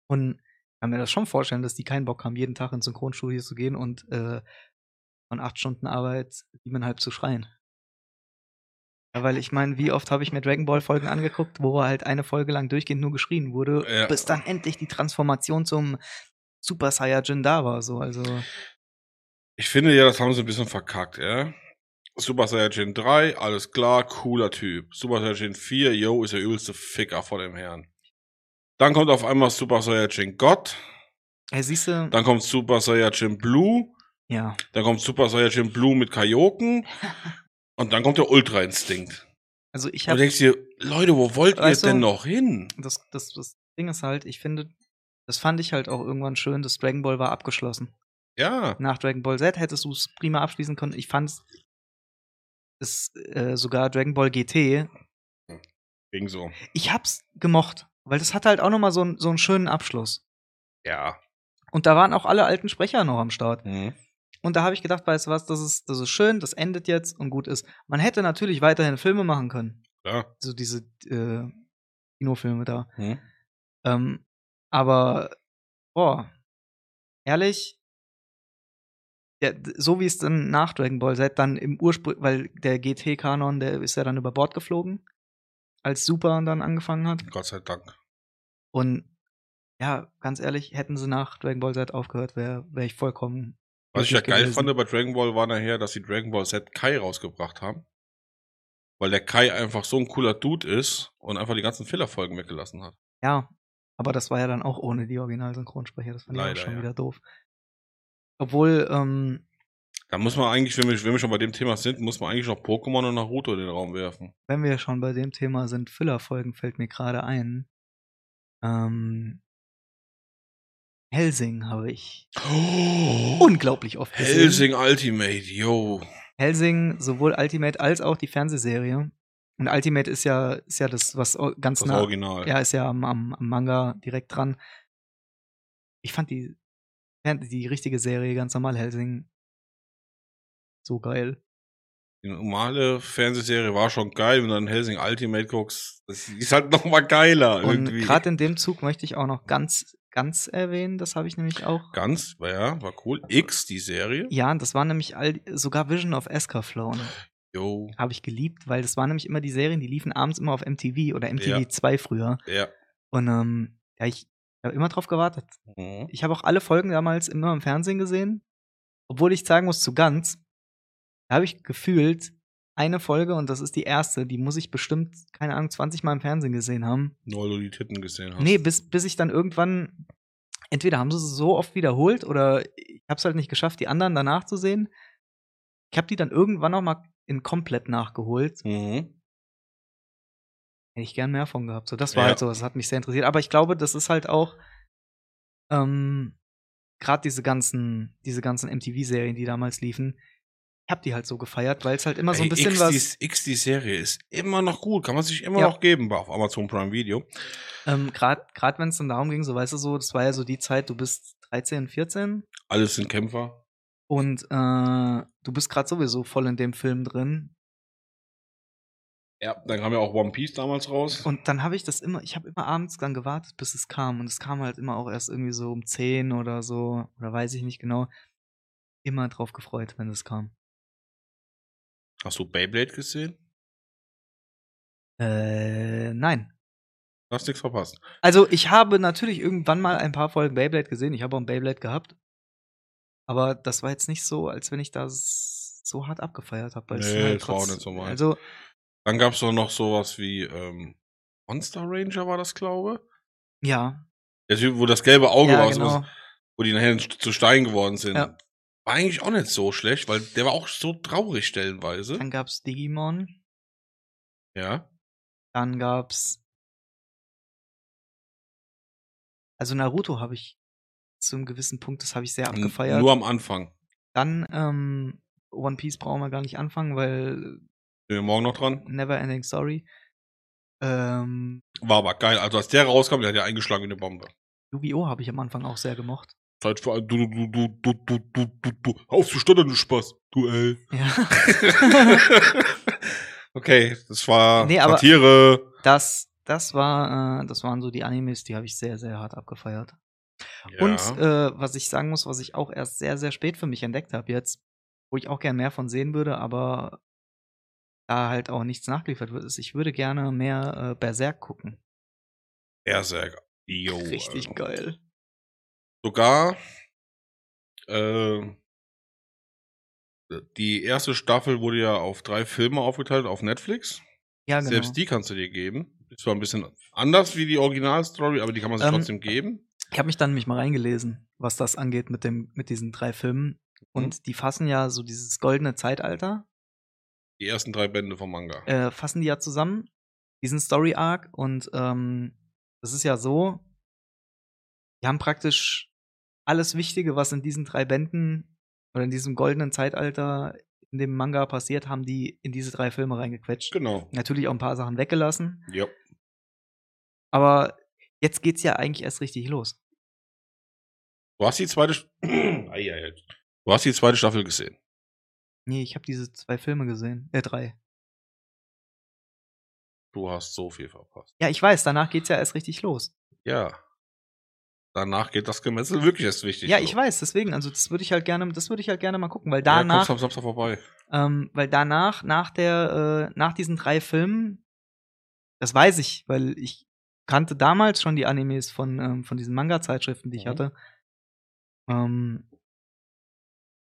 Speaker 2: Und kann mir das schon vorstellen, dass die keinen Bock haben, jeden Tag ins Synchronstudio zu gehen und äh, von acht Stunden Arbeit siebeneinhalb zu schreien. Ja, weil ich meine, wie oft habe ich mir Dragon Ball Folgen angeguckt, wo halt eine Folge lang durchgehend nur geschrien wurde,
Speaker 1: Ja.
Speaker 2: bis dann endlich die Transformation zum Super Saiyajin da war. So, also
Speaker 1: Ich finde ja, das haben sie ein bisschen verkackt, ja. Super Saiyajin 3, alles klar, cooler Typ. Super Saiyajin 4, yo, ist der übelste Ficker vor dem Herrn. Dann kommt auf einmal Super Saiyajin Gott,
Speaker 2: Ey, siehst du,
Speaker 1: dann kommt Super Saiyajin Blue,
Speaker 2: ja,
Speaker 1: dann kommt Super Saiyajin Blue mit
Speaker 2: <laughs>
Speaker 1: Kaioken und dann kommt der Ultra Instinkt.
Speaker 2: also ich
Speaker 1: Und du
Speaker 2: habe
Speaker 1: denkst dir, Leute, wo wollt ihr
Speaker 2: Weißt du-
Speaker 1: denn noch hin?
Speaker 2: das, das, das Ding ist halt, ich finde, das fand ich halt auch irgendwann schön, dass Dragon Ball war abgeschlossen.
Speaker 1: Ja.
Speaker 2: nach Dragon Ball Z hättest du es prima abschließen können. Ich fand es äh, sogar Dragon Ball GT.
Speaker 1: Ging so.
Speaker 2: Ich hab's gemocht, weil das hatte halt auch nochmal so, einen- so einen schönen Abschluss.
Speaker 1: Ja.
Speaker 2: Und da waren auch alle alten Sprecher noch am Start.
Speaker 1: Mhm.
Speaker 2: Und da habe ich gedacht, weißt du was, das ist, das ist schön, das endet jetzt und gut ist. Man hätte natürlich weiterhin Filme machen können.
Speaker 1: Klar.
Speaker 2: So diese äh, Kinofilme da.
Speaker 1: Hm?
Speaker 2: Ähm, aber, boah, ehrlich, ja, d- so wie es dann nach Dragon Ball Z dann im Ursprung, weil der GT-Kanon, der ist ja dann über Bord geflogen, als Super dann angefangen hat.
Speaker 1: Gott sei Dank.
Speaker 2: Und ja, ganz ehrlich, hätten sie nach Dragon Ball Z aufgehört, wäre wär ich vollkommen.
Speaker 1: Was ich ja
Speaker 2: glücklich
Speaker 1: geil
Speaker 2: gewesen.
Speaker 1: fand bei Dragon Ball war nachher, dass sie Dragon Ball Z Kai rausgebracht haben. Weil der Kai einfach so ein cooler Dude ist und einfach die ganzen Filler-Folgen weggelassen hat.
Speaker 2: Ja, aber das war ja dann auch ohne die Originalsynchronsprecher. Das fand
Speaker 1: Leider,
Speaker 2: ich auch schon
Speaker 1: ja.
Speaker 2: wieder doof. Obwohl, ähm,
Speaker 1: Da muss man eigentlich, wenn wir, wenn wir schon bei dem Thema sind, muss man eigentlich noch Pokémon und Naruto in den Raum werfen.
Speaker 2: wenn wir schon bei dem Thema sind, Füllerfolgen fällt mir gerade ein. Ähm, Helsing habe ich Oh! unglaublich oft gesehen.
Speaker 1: Helsing Ultimate, yo.
Speaker 2: Helsing, sowohl Ultimate als auch die Fernsehserie. Und Ultimate ist ja, ist ja das, was o- ganz
Speaker 1: Das
Speaker 2: nah,
Speaker 1: Original.
Speaker 2: ja, ist ja am, am, am Manga direkt dran. Ich fand die, die richtige Serie ganz normal, Helsing, so geil.
Speaker 1: Die normale Fernsehserie war schon geil, wenn du dann Helsing Ultimate guckst. Das ist halt <laughs> nochmal geiler.
Speaker 2: Und
Speaker 1: irgendwie.
Speaker 2: gerade in dem Zug möchte ich auch noch ganz, ganz erwähnen, das habe ich nämlich auch.
Speaker 1: Ganz, ja, war cool.
Speaker 2: Also
Speaker 1: X, die Serie.
Speaker 2: Ja, und das war nämlich all, sogar Vision of Escaflown
Speaker 1: Yo.
Speaker 2: habe ich geliebt, weil das waren nämlich immer die Serien, die liefen abends immer auf MTV oder MTV
Speaker 1: Ja.
Speaker 2: 2 früher.
Speaker 1: Ja.
Speaker 2: Und ähm, ja, ich habe immer drauf gewartet.
Speaker 1: mhm.
Speaker 2: Ich habe auch alle Folgen damals immer im Fernsehen gesehen, obwohl ich sagen muss, zu ganz, da habe ich gefühlt eine Folge und das ist die erste, die muss ich bestimmt, keine Ahnung, 20 Mal im Fernsehen gesehen haben.
Speaker 1: Nur weil du die Titten gesehen hast.
Speaker 2: Nee, bis, bis ich dann irgendwann, entweder haben sie es so oft wiederholt oder ich habe es halt nicht geschafft, die anderen danach zu sehen. Ich habe die dann irgendwann noch mal in komplett nachgeholt.
Speaker 1: Mhm.
Speaker 2: Hätte ich gern mehr von gehabt. So, das war
Speaker 1: Ja.
Speaker 2: halt so, das hat mich sehr interessiert. Aber ich glaube, das ist halt auch ähm, gerade diese ganzen, diese ganzen MTV-Serien, die damals liefen, ich habe die halt so gefeiert, weil es halt immer so ein
Speaker 1: Ey,
Speaker 2: bisschen
Speaker 1: X,
Speaker 2: was,
Speaker 1: Die, X, die Serie ist immer noch gut. Kann man sich immer
Speaker 2: Ja.
Speaker 1: noch geben auf Amazon Prime Video.
Speaker 2: ähm, gerade wenn es dann darum ging, so weißt du so, das war ja so die Zeit, du bist 13, 14,
Speaker 1: Alles sind Kämpfer.
Speaker 2: Und äh, du bist gerade sowieso voll in dem Film drin.
Speaker 1: Ja. Dann kam ja auch One Piece damals raus.
Speaker 2: Und dann habe ich das immer, ich habe immer abends dann gewartet, bis es kam. Und es kam halt immer auch erst irgendwie so um 10 oder so, oder weiß ich nicht genau. Immer drauf gefreut, wenn es kam.
Speaker 1: Hast du Beyblade gesehen?
Speaker 2: Äh, nein.
Speaker 1: Du hast nichts verpasst.
Speaker 2: Also ich habe natürlich irgendwann mal ein paar Folgen Beyblade gesehen. Ich habe auch ein Beyblade gehabt. Aber das war jetzt nicht so, als wenn ich das so hart abgefeiert habe. weil es
Speaker 1: Nee,
Speaker 2: halt
Speaker 1: das war auch
Speaker 2: trotz-
Speaker 1: nicht so meins.
Speaker 2: Also,
Speaker 1: Dann gab es doch noch sowas wie ähm, Monster Ranger war das, glaube
Speaker 2: ja.
Speaker 1: Der Typ, wo das gelbe Auge
Speaker 2: ja, genau.
Speaker 1: raus ist, wo die nachher zu Stein geworden sind.
Speaker 2: Ja.
Speaker 1: War eigentlich auch nicht so schlecht, weil der war auch so traurig stellenweise.
Speaker 2: Dann gab es Digimon.
Speaker 1: Ja.
Speaker 2: Dann gab's. Also Naruto habe ich zu einem gewissen Punkt, das habe ich sehr abgefeiert.
Speaker 1: Nur am Anfang.
Speaker 2: Dann ähm, One Piece brauchen wir gar nicht anfangen, weil
Speaker 1: Sind wir morgen noch dran?
Speaker 2: Never Ending Story. Ähm,
Speaker 1: War aber geil. Also als der rauskam, der hat ja eingeschlagen wie eine Bombe.
Speaker 2: Yu-Gi-Oh! habe ich am Anfang auch sehr gemocht.
Speaker 1: Zeit für ein du du du du du du du du aufzustottern, du Spaß. Duell.
Speaker 2: <laughs> Ja.
Speaker 1: okay, das war
Speaker 2: Nee, aber-
Speaker 1: Satire.
Speaker 2: Das, das war, äh, das waren so die Animes, die habe ich sehr, sehr hart abgefeiert. Und äh, was ich sagen muss, was ich auch erst sehr, sehr spät für mich entdeckt habe jetzt, wo ich auch gern mehr von sehen würde, aber da halt auch nichts nachgeliefert wird, ist, ich würde gerne mehr äh, Berserk gucken.
Speaker 1: Berserker. Yo,
Speaker 2: Richtig
Speaker 1: also.
Speaker 2: geil.
Speaker 1: Sogar äh, die erste Staffel wurde ja auf drei Filme aufgeteilt auf Netflix.
Speaker 2: Ja, genau.
Speaker 1: Selbst die kannst du dir geben. Ist zwar ein bisschen anders wie die Originalstory, aber die kann man sich
Speaker 2: Ähm,
Speaker 1: trotzdem geben.
Speaker 2: Ich habe mich dann nämlich mal reingelesen, was das angeht mit, dem, mit diesen drei Filmen.
Speaker 1: Mhm.
Speaker 2: Und die fassen ja so dieses goldene Zeitalter,
Speaker 1: Die ersten drei Bände vom Manga.
Speaker 2: äh, fassen die ja zusammen, diesen Story Arc. Und ähm, das ist ja so, die haben praktisch alles Wichtige, was in diesen drei Bänden oder in diesem goldenen Zeitalter in dem Manga passiert, haben die in diese drei Filme reingequetscht.
Speaker 1: Genau.
Speaker 2: Natürlich auch ein paar Sachen weggelassen,
Speaker 1: Ja.
Speaker 2: aber jetzt geht's ja eigentlich erst richtig los.
Speaker 1: Du hast die zweite. Sch- <clears throat> Ei, ei, ei. du hast die zweite Staffel gesehen.
Speaker 2: Nee, ich habe diese zwei Filme gesehen, äh drei.
Speaker 1: Du hast so viel verpasst.
Speaker 2: Ja, ich weiß, danach geht's ja erst richtig los.
Speaker 1: Ja. Danach geht das Gemessel wirklich erst wichtig.
Speaker 2: ja, ich weiß, deswegen, also das würde ich halt gerne, das würde ich halt gerne mal gucken, weil
Speaker 1: Danach. Ja,
Speaker 2: danach
Speaker 1: kommst am Samstag vorbei.
Speaker 2: Ähm, weil danach, nach der, äh, nach diesen drei Filmen, das weiß ich, weil ich kannte damals schon die Animes von, ähm, von diesen Manga-Zeitschriften, die ich
Speaker 1: Mhm.
Speaker 2: hatte. Ähm,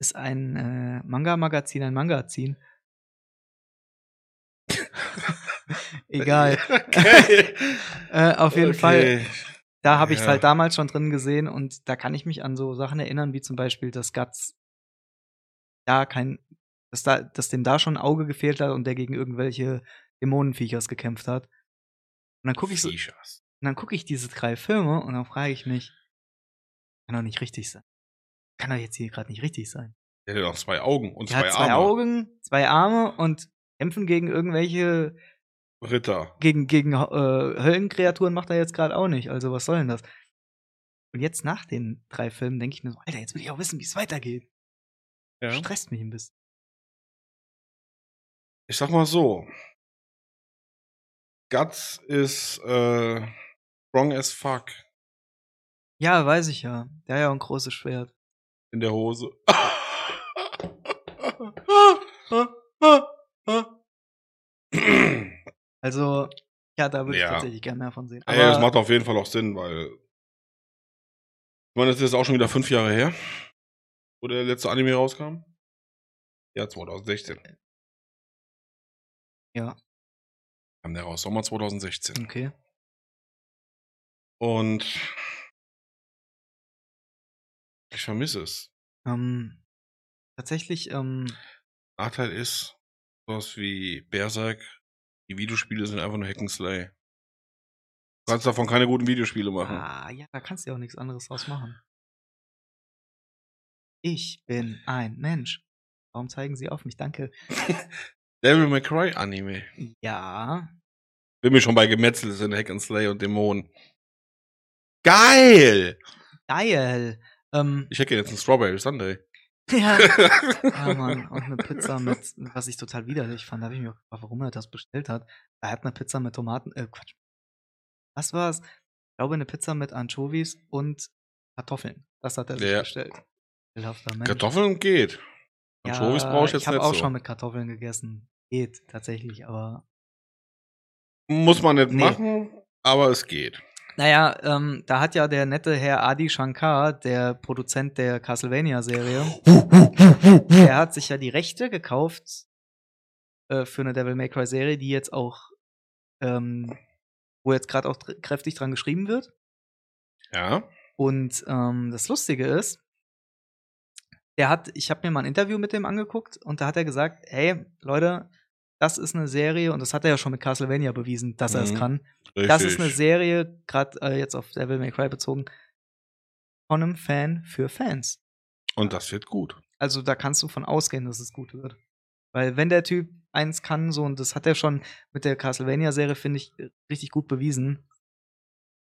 Speaker 2: ist ein äh, Manga-Magazin, ein
Speaker 1: <laughs>
Speaker 2: Mangazin. <laughs> Egal.
Speaker 1: <laughs> Okay.
Speaker 2: <laughs> Äh, auf jeden
Speaker 1: Okay.
Speaker 2: Fall, da habe ich es
Speaker 1: Ja.
Speaker 2: halt damals schon drin gesehen und da kann ich mich an so Sachen erinnern, wie zum Beispiel, dass Guts da kein, dass, da, dass dem da schon ein Auge gefehlt hat und der gegen irgendwelche Dämonenviechers gekämpft hat. Und dann gucke ich, so, und
Speaker 1: Viechers.
Speaker 2: dann guck ich diese drei Filme und dann frage ich mich, kann doch nicht richtig sein. Kann doch jetzt hier gerade nicht richtig sein.
Speaker 1: Der hat doch zwei Augen und
Speaker 2: Er
Speaker 1: zwei,
Speaker 2: hat zwei
Speaker 1: Arme.
Speaker 2: Augen, zwei Arme und kämpfen gegen irgendwelche,
Speaker 1: Ritter.
Speaker 2: gegen, gegen äh, Höllenkreaturen macht er jetzt gerade auch nicht. Also was soll denn das? Und jetzt nach den drei Filmen denke ich mir so, Alter, jetzt will ich auch wissen, wie es weitergeht.
Speaker 1: Ja.
Speaker 2: Stresst mich ein bisschen.
Speaker 1: Ich sag mal so. Guts ist äh, strong as fuck
Speaker 2: Ja, weiß ich ja. Der hat ja auch ein großes Schwert.
Speaker 1: in der
Speaker 2: <laughs> <clears throat>
Speaker 1: Hose. <laughs> <clears throat> Ey,
Speaker 2: Also, ja, da würde
Speaker 1: Ja.
Speaker 2: ich tatsächlich gerne mehr von sehen. Aber
Speaker 1: das macht auf jeden Fall auch Sinn, weil. Ich meine, das ist jetzt auch schon wieder fünf Jahre her, wo der letzte Anime rauskam. Ja, 2016.
Speaker 2: Ja.
Speaker 1: Kam der raus, Sommer 2016.
Speaker 2: okay.
Speaker 1: Und ich vermisse es.
Speaker 2: Ähm, tatsächlich, ähm,
Speaker 1: Nachteil ist, sowas wie Berserk, die Videospiele sind einfach nur Hackenslay. Du kannst davon keine guten Videospiele machen.
Speaker 2: ah, ja, da kannst du ja auch nichts anderes draus machen. Ich bin ein Mensch. Warum zeigen sie auf mich? Danke.
Speaker 1: Devil May Cry Anime.
Speaker 2: Ja,
Speaker 1: Bin mir schon bei Gemetzel, sind Hackenslay und Dämonen. Geil!
Speaker 2: geil. Ähm, <laughs>
Speaker 1: Ich hätte jetzt einen Strawberry Sunday.
Speaker 2: ja. Ah, Mann. Und eine Pizza mit, was ich total widerlich fand, da habe ich mir auch gefragt, warum er das bestellt hat. Er hat eine Pizza mit Tomaten, äh, Quatsch. Was war's? Ich glaube, eine Pizza mit Anchovies und Kartoffeln. Das hat er sich
Speaker 1: Ja.
Speaker 2: bestellt. Ekelhafter Mensch.
Speaker 1: Kartoffeln geht. Anchovies brauche ich jetzt
Speaker 2: ich
Speaker 1: nicht
Speaker 2: habe auch
Speaker 1: so.
Speaker 2: schon mit Kartoffeln gegessen. Geht tatsächlich, aber.
Speaker 1: Muss man nicht
Speaker 2: Nee.
Speaker 1: machen, aber es geht.
Speaker 2: Naja, ähm, da hat ja der nette Herr Adi Shankar, der Produzent der Castlevania-Serie,
Speaker 1: Hm.
Speaker 2: Er hat sich ja die Rechte gekauft äh, für eine Devil May Cry Serie, die jetzt auch, ähm, wo jetzt gerade auch dr- kräftig dran geschrieben wird.
Speaker 1: Ja.
Speaker 2: Und ähm, das Lustige ist, der hat, ich habe mir mal ein Interview mit dem angeguckt und da hat er gesagt, hey Leute, das ist eine Serie und das hat er ja schon mit Castlevania bewiesen, dass er es
Speaker 1: Mhm.
Speaker 2: kann.
Speaker 1: Richtig.
Speaker 2: Das ist eine Serie, gerade äh, jetzt auf Devil May Cry bezogen, von einem Fan für Fans.
Speaker 1: Und das wird gut.
Speaker 2: Also da kannst du von ausgehen, dass es gut wird. Weil wenn der Typ eins kann, so, und das hat er schon mit der Castlevania-Serie, finde ich, äh, richtig gut bewiesen.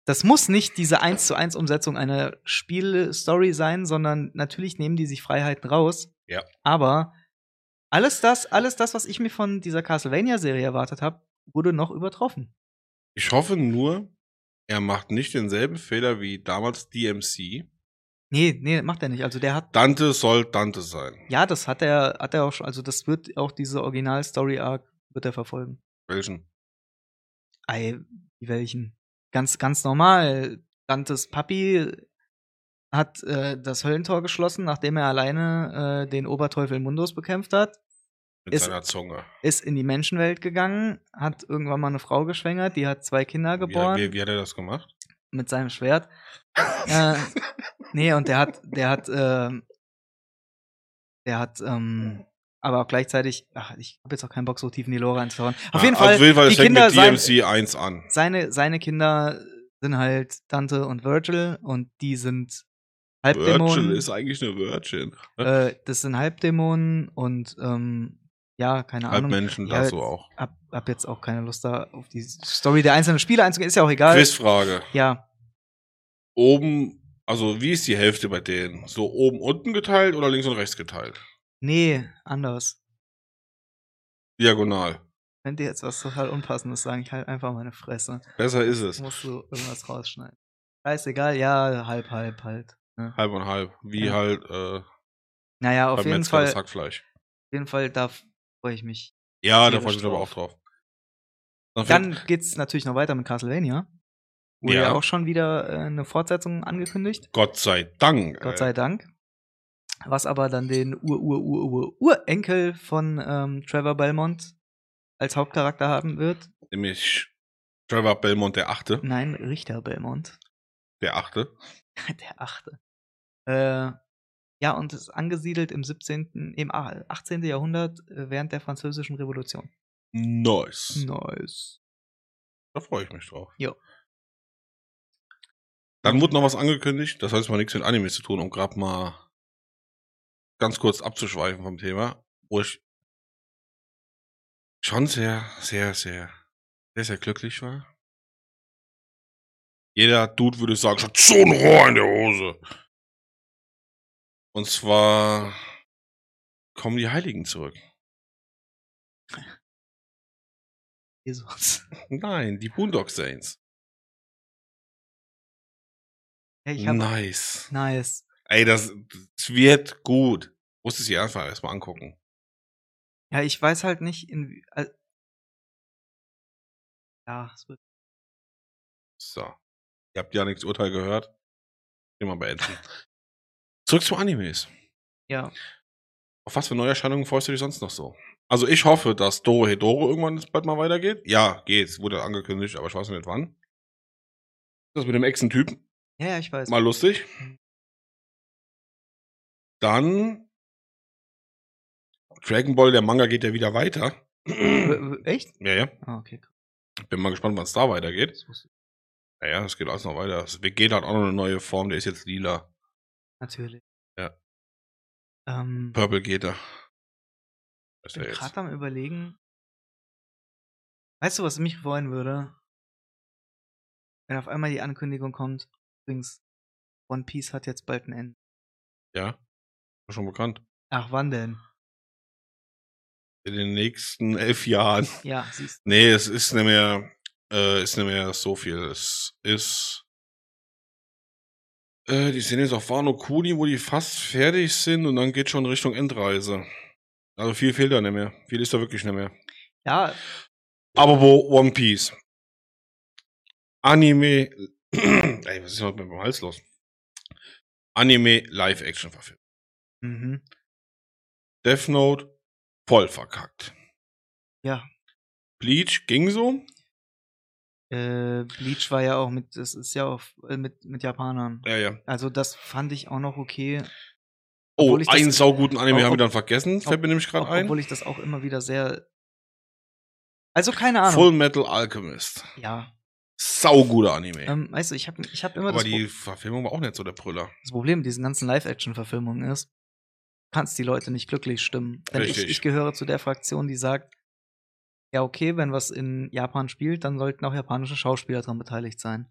Speaker 2: Das muss nicht diese 1 zu 1 Umsetzung einer Spielstory sein, sondern natürlich nehmen die sich Freiheiten raus.
Speaker 1: Ja.
Speaker 2: Aber alles das, alles das, was ich mir von dieser Castlevania-Serie erwartet habe, wurde noch übertroffen.
Speaker 1: Ich hoffe nur, er macht nicht denselben Fehler wie damals DMC.
Speaker 2: Nee, nee, macht er nicht. Also der hat,
Speaker 1: Dante soll Dante sein.
Speaker 2: ja, das hat er, hat er auch schon, also das wird auch diese Original-Story-Arc, wird er verfolgen.
Speaker 1: Welchen?
Speaker 2: Ei, wie welchen? Ganz, ganz normal. Dantes Papi hat äh, das Höllentor geschlossen, nachdem er alleine äh, den Oberteufel Mundus bekämpft hat,
Speaker 1: Mit
Speaker 2: Ist-
Speaker 1: seiner Zunge.
Speaker 2: ist in die Menschenwelt gegangen, hat irgendwann mal eine Frau geschwängert, die hat zwei Kinder geboren
Speaker 1: Wie, wie, wie hat er das gemacht?
Speaker 2: mit seinem Schwert. äh, nee, und der hat, der hat, ähm, der hat, ähm, aber auch gleichzeitig, ach, ich habe jetzt auch keinen Bock, so tief in die Lore einzutauchen. Auf
Speaker 1: Ja,
Speaker 2: jeden Fall,
Speaker 1: also Auf jeden Fall,
Speaker 2: die
Speaker 1: es fängt
Speaker 2: Kinder
Speaker 1: mit
Speaker 2: sein,
Speaker 1: DMC 1 an.
Speaker 2: seine, seine Kinder sind halt Dante und Virgil und die sind Halbdämonen.
Speaker 1: Virgil ist eigentlich Ne? eine Virgin.
Speaker 2: äh, das sind Halbdämonen und ähm, ja, keine
Speaker 1: Halb
Speaker 2: Ahnung.
Speaker 1: Menschen,
Speaker 2: Ja,
Speaker 1: das so auch.
Speaker 2: Hab, hab jetzt auch keine Lust da auf die Story der einzelnen Spiele einzugehen, ist ja auch egal.
Speaker 1: Quizfrage.
Speaker 2: Ja,
Speaker 1: Oben, also wie ist die Hälfte bei denen? So oben, unten geteilt oder links und rechts geteilt?
Speaker 2: nee, anders.
Speaker 1: Diagonal.
Speaker 2: könnte jetzt was total Unpassendes sagen. Ich halt einfach meine Fresse.
Speaker 1: Besser ist es.
Speaker 2: Musst du irgendwas rausschneiden. Scheißegal, ja, halb, halb, halt. Ne?
Speaker 1: Halb und halb. Wie
Speaker 2: Ja.
Speaker 1: halt äh,
Speaker 2: Naja, auf
Speaker 1: beim
Speaker 2: jeden,
Speaker 1: Metzger
Speaker 2: Fall,
Speaker 1: das
Speaker 2: auf
Speaker 1: Hackfleisch.
Speaker 2: jeden Fall, da freue ich mich.
Speaker 1: Ja, da
Speaker 2: tierisch
Speaker 1: freue ich mich aber auch
Speaker 2: drauf.
Speaker 1: drauf. Dann fängt-
Speaker 2: Dann geht's natürlich noch weiter mit Castlevania. Wurde ja,
Speaker 1: Also Ja.
Speaker 2: auch schon wieder äh, eine Fortsetzung angekündigt.
Speaker 1: Gott sei Dank.
Speaker 2: Gott
Speaker 1: äh,
Speaker 2: sei Dank. Was aber dann den Ur-Ur-Ur-Ur-Urenkel von ähm, Trevor Belmont als Hauptcharakter haben wird.
Speaker 1: äh, Nämlich Trevor Belmont der Achte.
Speaker 2: Nein, Richter Belmont. <laughs>
Speaker 1: Der Achte.
Speaker 2: Der achte. Äh, ja, und ist angesiedelt im 17., im A- 18. Jahrhundert äh, während der Französischen Revolution.
Speaker 1: Nice.
Speaker 2: Nice.
Speaker 1: Da freue ich mich drauf.
Speaker 2: Jo.
Speaker 1: Dann wurde noch was angekündigt. Das hat jetzt mal nichts mit Animes zu tun, um gerade mal ganz kurz abzuschweifen vom Thema, wo ich schon sehr, sehr, sehr, sehr, sehr glücklich war. Jeder Dude würde sagen, ich hab so ein Rohr in der Hose. Und zwar kommen die Heiligen zurück.
Speaker 2: Jesus. <laughs>
Speaker 1: Nein, die Boondock Saints.
Speaker 2: Ja, ich hab,
Speaker 1: Nice.
Speaker 2: nice.
Speaker 1: Ey, das, das wird gut. Musst es dir einfach erstmal angucken.
Speaker 2: Ja, ich weiß halt nicht, in. al- ja, es wird.
Speaker 1: So. Ihr habt ja nichts Urteil gehört. Immer beenden. Zurück zu Animes.
Speaker 2: Ja.
Speaker 1: Auf was für Neuerscheinungen freust du dich sonst noch so? Also ich hoffe, dass Dorohedoro irgendwann jetzt bald mal weitergeht. Ja, geht's. Wurde angekündigt, aber ich weiß noch nicht wann. Das mit dem Echsen-Typen.
Speaker 2: Ja, ja, ich weiß.
Speaker 1: Mal lustig. Dann Dragon Ball, der Manga geht ja wieder weiter. ja,
Speaker 2: W- w- Echt?
Speaker 1: ja.
Speaker 2: Ah, okay. krass,
Speaker 1: Bin mal gespannt, wann es da weitergeht.
Speaker 2: das wusste ich.
Speaker 1: Naja, es geht alles noch weiter. Es geht halt auch noch eine neue Form, der ist jetzt lila.
Speaker 2: Natürlich.
Speaker 1: Ja.
Speaker 2: Ähm,
Speaker 1: Purple geht da. Ist
Speaker 2: ich bin
Speaker 1: der jetzt?
Speaker 2: gerade am Überlegen. Weißt du, was mich freuen würde? Wenn auf einmal die Ankündigung kommt. Übrigens, One Piece hat jetzt bald ein Ende.
Speaker 1: Ja. Ist Schon bekannt.
Speaker 2: Ach, wann denn?
Speaker 1: In den nächsten elf Jahren.
Speaker 2: Ja, siehst
Speaker 1: Nee, es ist nicht mehr, äh, ist nicht mehr so viel. Es ist. Äh, die sind jetzt auf Wano Kuni, wo die fast fertig sind und dann geht schon Richtung Endreise. Also viel fehlt da nicht mehr. Viel ist da wirklich nicht mehr.
Speaker 2: Ja,
Speaker 1: Aber wo One Piece. Anime. <clears throat> Ey, was ist denn heute mit meinem Hals los? Anime Live-Action verfilmt.
Speaker 2: mhm.
Speaker 1: Death Note voll verkackt.
Speaker 2: Ja.
Speaker 1: Bleach ging so.
Speaker 2: Äh, Bleach war ja auch mit, das ist ja auch äh, mit, mit Japanern.
Speaker 1: Ja, ja.
Speaker 2: Also das fand ich auch noch okay,
Speaker 1: Oh,
Speaker 2: Obwohl ich das-
Speaker 1: einen sauguten Anime
Speaker 2: Ob-
Speaker 1: haben wir dann vergessen. Fällt mir nämlich gerade
Speaker 2: ob, obwohl
Speaker 1: ein.
Speaker 2: ich das auch immer wieder sehr. Also keine Ahnung.
Speaker 1: Full Metal Alchemist.
Speaker 2: Ja.
Speaker 1: Sauguter Anime.
Speaker 2: Ähm, weißt du, ich habe ich hab immer
Speaker 1: Aber
Speaker 2: das,
Speaker 1: die
Speaker 2: Pro
Speaker 1: Verfilmung war auch nicht so der Brüller.
Speaker 2: das Problem mit diesen ganzen Live-Action-Verfilmungen ist, du kannst die Leute nicht glücklich stimmen. Denn ich,
Speaker 1: Richtig.
Speaker 2: ich gehöre zu der Fraktion, die sagt, ja okay, wenn was in Japan spielt, dann sollten auch japanische Schauspieler daran beteiligt sein.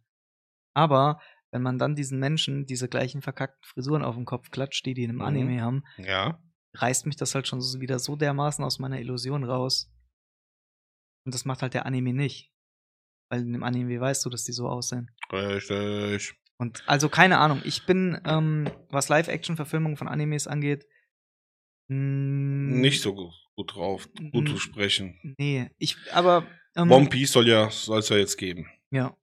Speaker 2: Aber wenn man dann diesen Menschen diese gleichen verkackten Frisuren auf den Kopf klatscht, die die in einem
Speaker 1: Mhm.
Speaker 2: Anime haben,
Speaker 1: Ja.
Speaker 2: reißt mich das halt schon so- wieder so dermaßen aus meiner Illusion raus. Und das macht halt der Anime nicht. Weil in dem Anime weißt du, dass die so aussehen.
Speaker 1: Richtig.
Speaker 2: Und also keine Ahnung, ich bin, ähm, was Live-Action-Verfilmungen von Animes angeht, mh,
Speaker 1: Nicht so gut gut drauf, gut zu
Speaker 2: Mhm.
Speaker 1: sprechen.
Speaker 2: Nee, ich, aber. Ähm,
Speaker 1: One Piece soll ja, soll es ja jetzt geben.
Speaker 2: Ja,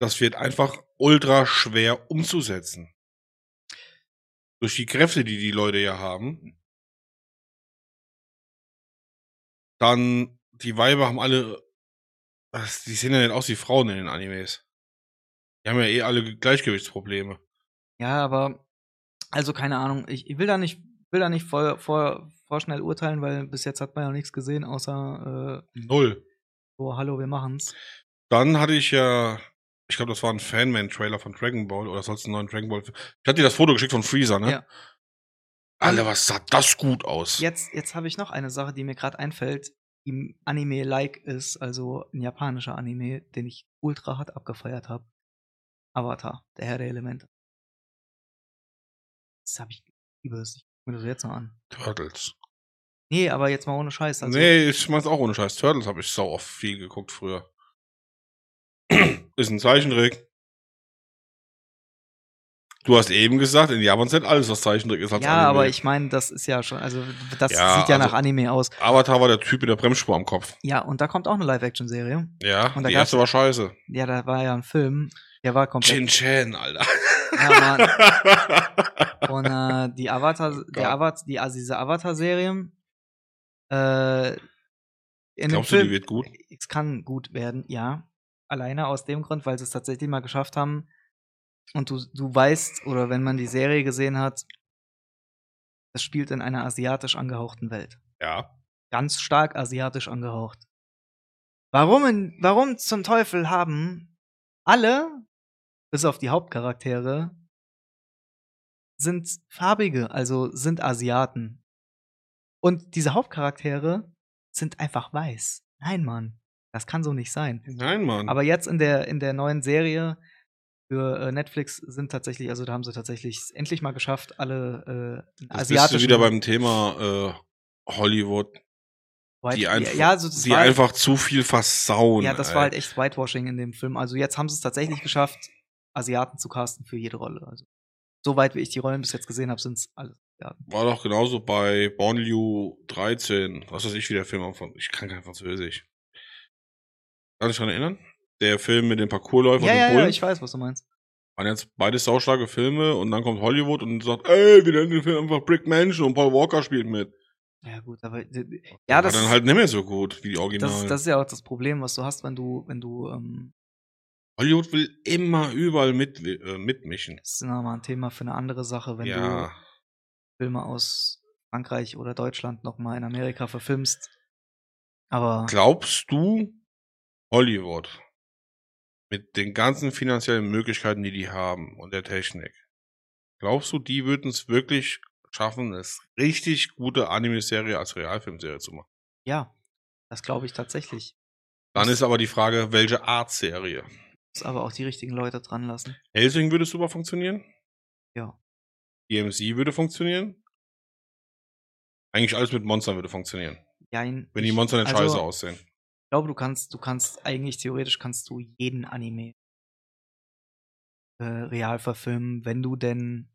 Speaker 1: Das wird einfach ultra schwer umzusetzen. Durch die Kräfte, die die Leute ja haben. Dann, die Weiber haben alle, Ach, die sehen ja nicht aus wie Frauen in den Animes. Die haben ja eh alle Gleichgewichtsprobleme.
Speaker 2: ja, aber. Also keine Ahnung, ich, ich will da nicht, will da nicht vor, vor, vorschnell urteilen, weil bis jetzt hat man ja nichts gesehen, außer, äh,
Speaker 1: Null.
Speaker 2: so, hallo, wir machen's.
Speaker 1: Dann hatte ich ja, ich glaube, das war ein Fanman-Trailer von Dragon Ball oder soll es einen neuen Dragon Ball. Ich hatte dir das Foto geschickt von Freezer, ne?
Speaker 2: Ja.
Speaker 1: Ja. Alter, was sah das gut aus?
Speaker 2: Jetzt, jetzt habe ich noch eine Sache, die mir gerade einfällt, die im Anime-like ist, also ein japanischer Anime, den ich ultra hart abgefeiert habe. Avatar, der Herr der Elemente. Das habe ich übelst. Ich guck mir das jetzt noch an.
Speaker 1: Turtles.
Speaker 2: Nee, aber jetzt mal ohne Scheiß. Also,
Speaker 1: nee, ich mein's auch ohne Scheiß. Turtles habe ich sau oft viel geguckt früher. <clears throat> Ist ein Zeichentrick. Du hast eben gesagt, in Japan sind alles, was Zeichentrick ist. als
Speaker 2: ja,
Speaker 1: Anime.
Speaker 2: aber ich meine, das ist ja schon, also das
Speaker 1: Ja,
Speaker 2: sieht ja nach
Speaker 1: also-
Speaker 2: Anime aus.
Speaker 1: Avatar war der Typ mit der Bremsspur am Kopf.
Speaker 2: Ja, und da kommt auch eine Live-Action-Serie.
Speaker 1: Ja,
Speaker 2: Und da
Speaker 1: die
Speaker 2: gab's-
Speaker 1: erste war scheiße.
Speaker 2: Ja, da war ja ein Film. Der war
Speaker 1: Chin
Speaker 2: komplett.
Speaker 1: Chan, Alter. <laughs>
Speaker 2: Ja, Mann. Und äh, die Avatar, der
Speaker 1: Oh Gott.
Speaker 2: Avatar, die, also diese Avatar-Serie, äh, in dem
Speaker 1: Glaubst du, die
Speaker 2: Film,
Speaker 1: wird gut?
Speaker 2: es kann gut werden, ja. Alleine aus dem Grund, weil sie es tatsächlich mal geschafft haben. Und du, du weißt, oder wenn man die Serie gesehen hat, es spielt in einer asiatisch angehauchten Welt.
Speaker 1: Ja.
Speaker 2: Ganz stark asiatisch angehaucht. Warum, in, warum zum Teufel haben alle, bis auf die Hauptcharaktere, sind farbige, also sind Asiaten. Und diese Hauptcharaktere sind einfach weiß. Nein, Mann, das kann so nicht sein.
Speaker 1: Nein, Mann.
Speaker 2: Aber jetzt in der, in der neuen Serie für äh, Netflix sind tatsächlich, also da haben sie tatsächlich es endlich mal geschafft, alle äh,
Speaker 1: Jetzt bist du
Speaker 2: asiatischen.
Speaker 1: wieder beim Thema äh, Hollywood,
Speaker 2: White-
Speaker 1: die, einf
Speaker 2: ja, also das
Speaker 1: die
Speaker 2: war-
Speaker 1: einfach zu viel versauen.
Speaker 2: Ja, das war halt echt Whitewashing in dem Film. Also jetzt haben sie es tatsächlich geschafft, Asiaten zu casten für jede Rolle. Also soweit wie ich die Rollen bis jetzt gesehen habe, sind es alle Asiaten.
Speaker 1: War doch genauso bei Bonlieu 13. Was weiß ich, wie der Film anfängt. Ich kann kein Französisch. Kann ich daran erinnern? Der Film mit dem Parkourläufer
Speaker 2: Ja,
Speaker 1: und dem
Speaker 2: ja, ja,
Speaker 1: Bullen.
Speaker 2: ich weiß, was du meinst.
Speaker 1: waren jetzt beides saustarke Filme und dann kommt Hollywood und sagt, ey, wir nennen den Film einfach Brick Mansion und Paul Walker spielt mit.
Speaker 2: Ja, gut, aber äh,
Speaker 1: War
Speaker 2: ja, das,
Speaker 1: dann
Speaker 2: ist-
Speaker 1: halt nicht mehr so gut wie die Original.
Speaker 2: das, ist- das ist ja auch das Problem, was du hast, wenn du, wenn du, ähm,
Speaker 1: Hollywood will immer überall mit, äh, mitmischen.
Speaker 2: das ist nochmal ein Thema für eine andere Sache, wenn du
Speaker 1: ja,
Speaker 2: Filme aus Frankreich oder Deutschland nochmal in Amerika verfilmst. Aber
Speaker 1: glaubst du, Hollywood mit den ganzen finanziellen Möglichkeiten, die die haben und der Technik, glaubst du, die würden es wirklich schaffen, es richtig gute Anime-Serie als Realfilmserie zu machen?
Speaker 2: ja, das glaube ich tatsächlich.
Speaker 1: Dann ist aber die Frage, welche Art Serie?
Speaker 2: Muss aber auch die richtigen Leute dran lassen.
Speaker 1: Helsing würde super funktionieren.
Speaker 2: Ja.
Speaker 1: DMC würde funktionieren. Eigentlich alles mit Monstern würde funktionieren.
Speaker 2: Jein,
Speaker 1: Wenn die
Speaker 2: ich-
Speaker 1: Monster nicht
Speaker 2: also-
Speaker 1: scheiße aussehen.
Speaker 2: Ich glaube, du kannst, du kannst eigentlich theoretisch kannst du jeden Anime äh, real verfilmen, wenn du denn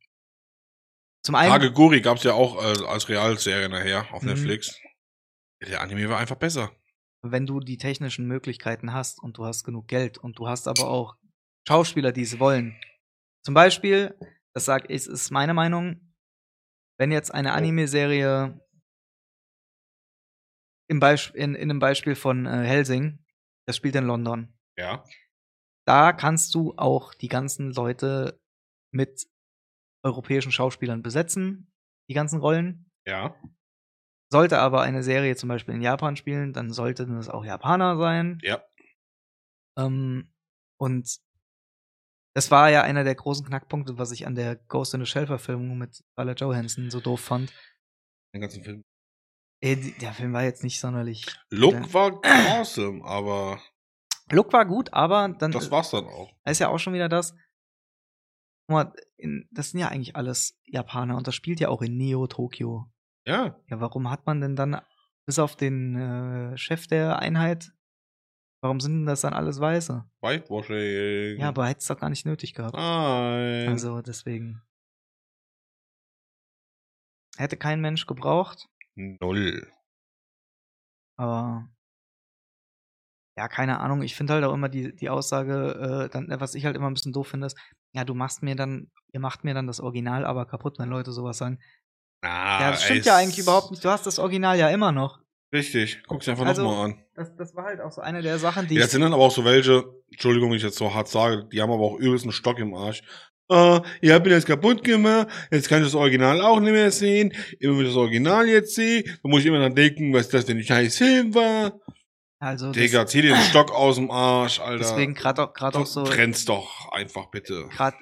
Speaker 2: zum einen
Speaker 1: Hageguri gab es ja auch äh, als Realserie nachher auf
Speaker 2: Mhm.
Speaker 1: Netflix. Der Anime war einfach besser.
Speaker 2: wenn du die technischen Möglichkeiten hast und du hast genug Geld und du hast aber auch Schauspieler, die es wollen. Zum Beispiel, das sag ich, ist meine Meinung, wenn jetzt eine Anime-Serie im Beisp in, in einem Beispiel von äh, Helsing, das spielt in London.
Speaker 1: Ja.
Speaker 2: da kannst du auch die ganzen Leute mit europäischen Schauspielern besetzen, die ganzen Rollen.
Speaker 1: Ja.
Speaker 2: Sollte aber eine Serie zum Beispiel in Japan spielen, dann sollten es auch Japaner sein.
Speaker 1: Ja.
Speaker 2: Ähm, und das war ja einer der großen Knackpunkte, was ich an der Ghost in the Shell-Verfilmung mit Scarlett Johansson so doof fand.
Speaker 1: Den ganzen Film.
Speaker 2: Äh, die- der Film war jetzt nicht sonderlich.
Speaker 1: Look
Speaker 2: Ja.
Speaker 1: war awesome, aber
Speaker 2: Look war gut, aber dann.
Speaker 1: das war's dann auch.
Speaker 2: Da ist ja auch schon wieder das. Guck mal, in, das sind ja eigentlich alles Japaner und das spielt ja auch in Neo Tokio.
Speaker 1: Ja.
Speaker 2: Ja, warum hat man denn dann, bis auf den äh, Chef der Einheit, warum sind denn das dann alles Weiße?
Speaker 1: Whitewashing.
Speaker 2: Ja, aber hätte es doch gar nicht nötig
Speaker 1: Ah,
Speaker 2: gehabt.
Speaker 1: Nein.
Speaker 2: Also deswegen. Hätte kein Mensch gebraucht,
Speaker 1: Null.
Speaker 2: aber. Ja, keine Ahnung. Ich finde halt auch immer die, die Aussage, äh, dann, was ich halt immer ein bisschen doof finde, ist, ja, du machst mir dann, ihr macht mir dann das Original aber kaputt, wenn Leute sowas sagen.
Speaker 1: Ah,
Speaker 2: Ja, das stimmt
Speaker 1: ey,
Speaker 2: ja eigentlich überhaupt nicht. Du hast das Original ja immer noch.
Speaker 1: Richtig. Guck's einfach
Speaker 2: Also-
Speaker 1: nochmal an.
Speaker 2: Das, das war halt auch so eine der Sachen, die
Speaker 1: Ja,
Speaker 2: ich.
Speaker 1: das sind dann aber auch so welche, Entschuldigung, wenn ich jetzt so hart sage, die haben aber auch übelst einen Stock im Arsch. Äh, ihr habt mir das kaputt gemacht, jetzt kann ich das Original auch nicht mehr sehen. Immer wenn ich das Original jetzt sehe, dann muss ich immer dann denken, was das denn ein scheiß Film war.
Speaker 2: also das,
Speaker 1: Digga, zieh dir den Stock aus dem Arsch, Alter.
Speaker 2: deswegen gerade auch, grad auch so,
Speaker 1: Trenn's doch einfach bitte.
Speaker 2: gerade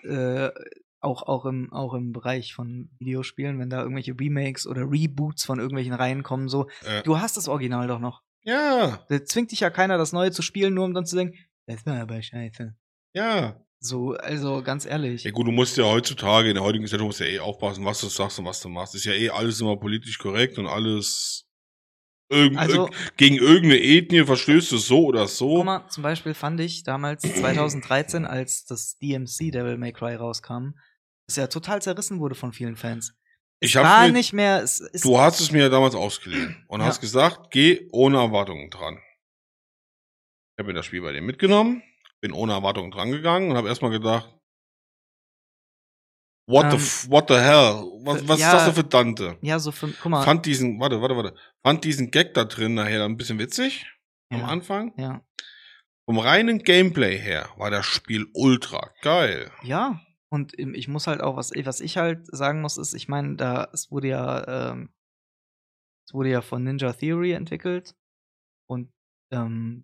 Speaker 2: äh, auch, auch, im, auch im Bereich von Videospielen, wenn da irgendwelche Remakes oder Reboots von irgendwelchen Reihen kommen, so,
Speaker 1: Äh.
Speaker 2: du hast das Original doch noch.
Speaker 1: Ja,
Speaker 2: Da zwingt dich ja keiner, das Neue zu spielen, nur um dann zu denken, das war aber scheiße.
Speaker 1: ja.
Speaker 2: So, also ganz ehrlich.
Speaker 1: Ja gut, du musst ja heutzutage, in der heutigen Zeit, du musst ja eh aufpassen, was du sagst und was du machst. Ist ja eh alles immer politisch korrekt und alles Irgend,
Speaker 2: Also,
Speaker 1: gegen irgendeine Ethnie verstößt du so oder so.
Speaker 2: guck mal, zum Beispiel fand ich damals 2013, als das DMC Devil May Cry rauskam, das ja total zerrissen wurde von vielen Fans.
Speaker 1: ich
Speaker 2: Gar
Speaker 1: hab's mir,
Speaker 2: nicht mehr. Es ist
Speaker 1: du hast es mir ja damals
Speaker 2: <clears throat>
Speaker 1: ausgeliehen und
Speaker 2: Ja.
Speaker 1: hast gesagt, geh ohne Erwartungen dran. Ich habe mir das Spiel bei dir mitgenommen, bin ohne Erwartungen dran gegangen und habe erstmal gedacht, what, the,
Speaker 2: Ähm,
Speaker 1: f- what the hell? Was, was
Speaker 2: ja.
Speaker 1: ist das denn für Dante?
Speaker 2: ja so für, guck mal.
Speaker 1: Fand diesen, warte, warte, warte, fand diesen Gag da drin nachher dann ein bisschen witzig am
Speaker 2: ja,
Speaker 1: Anfang.
Speaker 2: ja.
Speaker 1: Vom reinen Gameplay her war das Spiel ultra geil.
Speaker 2: ja. Und ähm, ich muss halt auch, was, was ich halt sagen muss, ist, ich meine, da es wurde ja, ähm, es wurde ja von Ninja Theory entwickelt und ähm,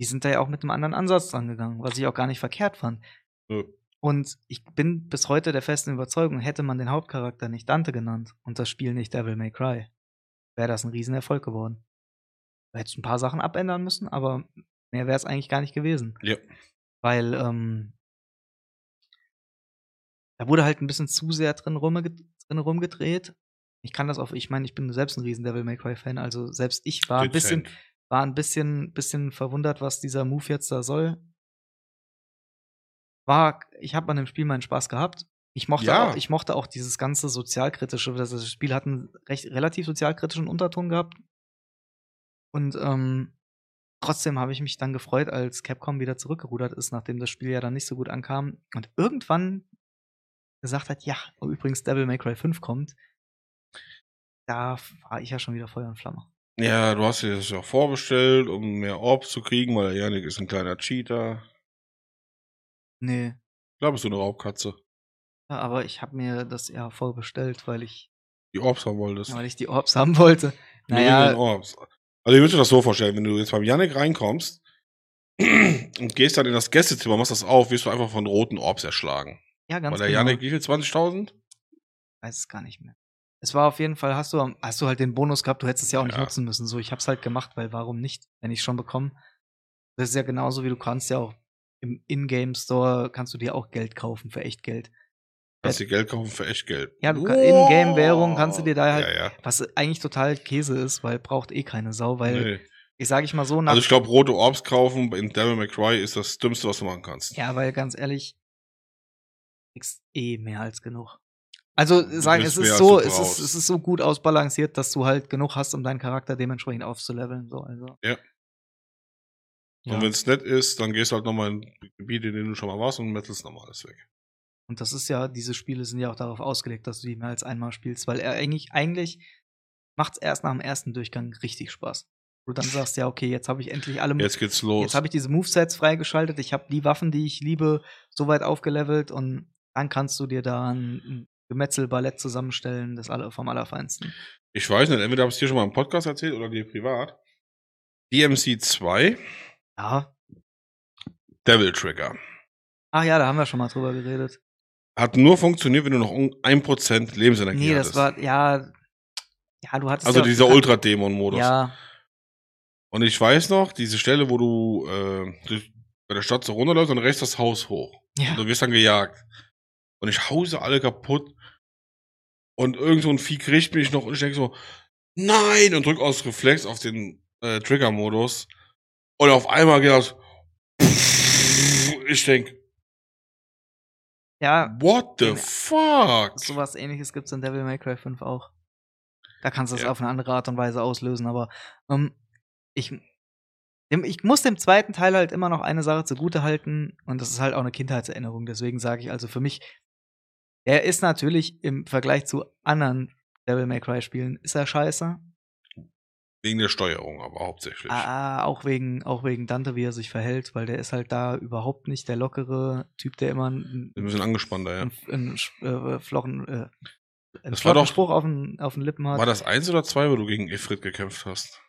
Speaker 2: die sind da ja auch mit einem anderen Ansatz dran gegangen, was ich auch gar nicht verkehrt fand.
Speaker 1: Nö.
Speaker 2: Und ich bin bis heute der festen Überzeugung, hätte man den Hauptcharakter nicht Dante genannt und das Spiel nicht Devil May Cry, wäre das ein Riesenerfolg geworden. Du hättest ein paar Sachen abändern müssen, aber mehr wäre es eigentlich gar nicht gewesen.
Speaker 1: Ja.
Speaker 2: Weil, ähm, da wurde halt ein bisschen zu sehr drin, rumge drin rumgedreht. Ich kann das auch, ich meine, ich bin selbst ein riesen Devil May Cry-Fan, also selbst ich war ein bisschen,
Speaker 1: Dezent.
Speaker 2: war ein bisschen, bisschen verwundert, was dieser Move jetzt da soll. War, ich habe an dem Spiel meinen Spaß gehabt. Ich mochte,
Speaker 1: Ja.
Speaker 2: auch, ich mochte auch dieses ganze sozialkritische, das das Spiel hat einen recht, relativ sozialkritischen Unterton gehabt. Und ähm, trotzdem habe ich mich dann gefreut, als Capcom wieder zurückgerudert ist, nachdem das Spiel ja dann nicht so gut ankam. Und irgendwann gesagt hat, ja, oh, übrigens Devil May Cry 5 kommt. Da war ich ja schon wieder Feuer und Flamme.
Speaker 1: Ja, du hast dir das ja auch vorbestellt, um mehr Orbs zu kriegen, weil der Janik ist ein kleiner Cheater.
Speaker 2: Nee,
Speaker 1: Da bist du eine Raubkatze.
Speaker 2: Ja, aber ich habe mir das ja vorbestellt, weil ich,
Speaker 1: Die Orbs haben wolltest.
Speaker 2: weil ich die
Speaker 1: <laughs>
Speaker 2: Orbs haben wollte.
Speaker 1: Nur wegen den
Speaker 2: Naja,
Speaker 1: Orbs. Also, ihr müsst euch das so vorstellen, wenn du jetzt beim Janik reinkommst <clears throat> und gehst dann in das Gästezimmer, machst das auf, wirst du einfach von roten Orbs erschlagen.
Speaker 2: ja, ganz
Speaker 1: weil der
Speaker 2: genau.
Speaker 1: Janik, wie viel? 20.000?
Speaker 2: weiß es gar nicht mehr. Es war auf jeden Fall, hast du, am- hast du halt den Bonus gehabt, du hättest es ja auch nicht
Speaker 1: Ja.
Speaker 2: nutzen müssen. So, ich hab's halt gemacht, weil warum nicht, wenn ich schon bekomme. Das ist ja genauso wie du kannst ja auch im Ingame Store kannst du dir auch Geld kaufen für echt Geld.
Speaker 1: Kannst dir Geld kaufen für echt Geld.
Speaker 2: Ja, du kann- In-Game-Währung kannst du dir da halt-
Speaker 1: Ja, ja.
Speaker 2: Was eigentlich total Käse ist, weil braucht eh keine Sau, weil
Speaker 1: Nee.
Speaker 2: ich sage ich mal so nach
Speaker 1: Also ich glaube, rote Orbs kaufen in Devil May Cry ist das Dümmste, was du machen kannst.
Speaker 2: Ja, weil ganz ehrlich, kriegst eh mehr als genug. Also
Speaker 1: Du
Speaker 2: sagen,
Speaker 1: kriegst
Speaker 2: es
Speaker 1: mehr,
Speaker 2: ist
Speaker 1: als du
Speaker 2: so, es ist,
Speaker 1: brauchst.
Speaker 2: es ist so gut ausbalanciert, dass du halt genug hast, um deinen Charakter dementsprechend aufzuleveln. So, also.
Speaker 1: Ja.
Speaker 2: Ja,
Speaker 1: Und wenn es nett ist, dann gehst du halt nochmal in Gebiete, in denen du schon mal warst und metzelst nochmal alles weg.
Speaker 2: Und das ist ja, diese Spiele sind ja auch darauf ausgelegt, dass du die mehr als einmal spielst, weil er eigentlich, eigentlich macht es erst nach dem ersten Durchgang richtig Spaß. Wo Du dann sagst, ja, okay, jetzt habe ich endlich alle
Speaker 1: Jetzt geht's los.
Speaker 2: Jetzt habe ich diese Movesets freigeschaltet, ich habe die Waffen, die ich liebe, so weit aufgelevelt und dann kannst du dir da ein ein Gemetzelballett zusammenstellen, das alle vom Allerfeinsten.
Speaker 1: Ich weiß nicht, entweder habe ich es dir schon mal im Podcast erzählt oder dir privat. DMC 2,
Speaker 2: Ja.
Speaker 1: Devil Trigger.
Speaker 2: Ach ja, da haben wir schon mal drüber geredet.
Speaker 1: Hat nur funktioniert, wenn du noch un- 1% Lebensenergie
Speaker 2: nee,
Speaker 1: hattest.
Speaker 2: das war, ja. Ja, du hattest.
Speaker 1: also
Speaker 2: ja, <laughs>
Speaker 1: dieser Ultra-Dämon-Modus.
Speaker 2: Ja,
Speaker 1: Und ich weiß noch, diese Stelle, wo du äh, durch- bei der Stadt so runterläufst und rechts das Haus hoch.
Speaker 2: ja.
Speaker 1: Und du wirst dann gejagt. Und ich hause alle kaputt. Und irgend so ein Vieh kriegt mich noch und ich denke so, nein! Und drück aus Reflex auf den äh, Trigger-Modus. Und auf einmal geht das. Ich denk
Speaker 2: Ja,
Speaker 1: what the
Speaker 2: Ja.
Speaker 1: fuck?
Speaker 2: sowas ähnliches gibt es in Devil May Cry 5 auch. Da kannst du es
Speaker 1: Ja.
Speaker 2: auf eine andere Art und Weise auslösen, aber ähm, ich, dem, ich muss dem zweiten Teil halt immer noch eine Sache zugute halten und das ist halt auch eine Kindheitserinnerung. Deswegen sage ich also für mich, er ist natürlich im Vergleich zu anderen Devil May Cry Spielen, ist er scheiße.
Speaker 1: Wegen der Steuerung aber hauptsächlich.
Speaker 2: Ah, auch, wegen, auch wegen Dante, wie er sich verhält, weil der ist halt da überhaupt nicht der lockere Typ, der immer ein,
Speaker 1: Ein bisschen angespannter, ja.
Speaker 2: ein, ein, äh, flochen, äh, einen
Speaker 1: Das war doch-
Speaker 2: flotten Spruch auf den, auf den Lippen hat.
Speaker 1: War das eins oder zwei, wo du gegen Ifrit gekämpft hast?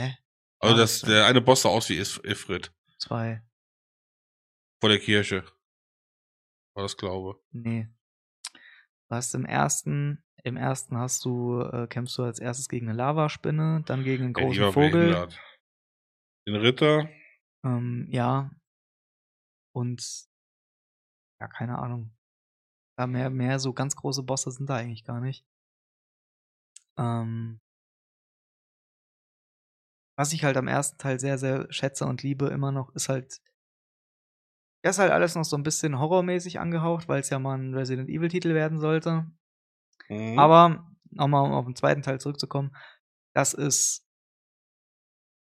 Speaker 2: Hä?
Speaker 1: Also
Speaker 2: Ah,
Speaker 1: das,
Speaker 2: so.
Speaker 1: der eine Boss sah aus wie Is- Ifrit.
Speaker 2: Zwei.
Speaker 1: Vor der Kirche. War das, glaube
Speaker 2: Nee. Du hast im ersten, im ersten hast du, äh, kämpfst du als erstes gegen eine Lavaspinne, dann gegen einen
Speaker 1: Ja, die
Speaker 2: großen
Speaker 1: war
Speaker 2: Vogel.
Speaker 1: behindert. Den Ritter.
Speaker 2: Ähm, ja. Und ja, keine Ahnung. Ja, mehr, mehr so ganz große Bosse sind da eigentlich gar nicht. Ähm, was ich halt am ersten Teil sehr, sehr schätze und liebe immer noch, ist halt. Das ist halt alles noch so ein bisschen horrormäßig angehaucht, weil es ja mal ein Resident Evil-Titel werden sollte.
Speaker 1: Mhm.
Speaker 2: Aber, nochmal um auf den zweiten Teil zurückzukommen, das ist.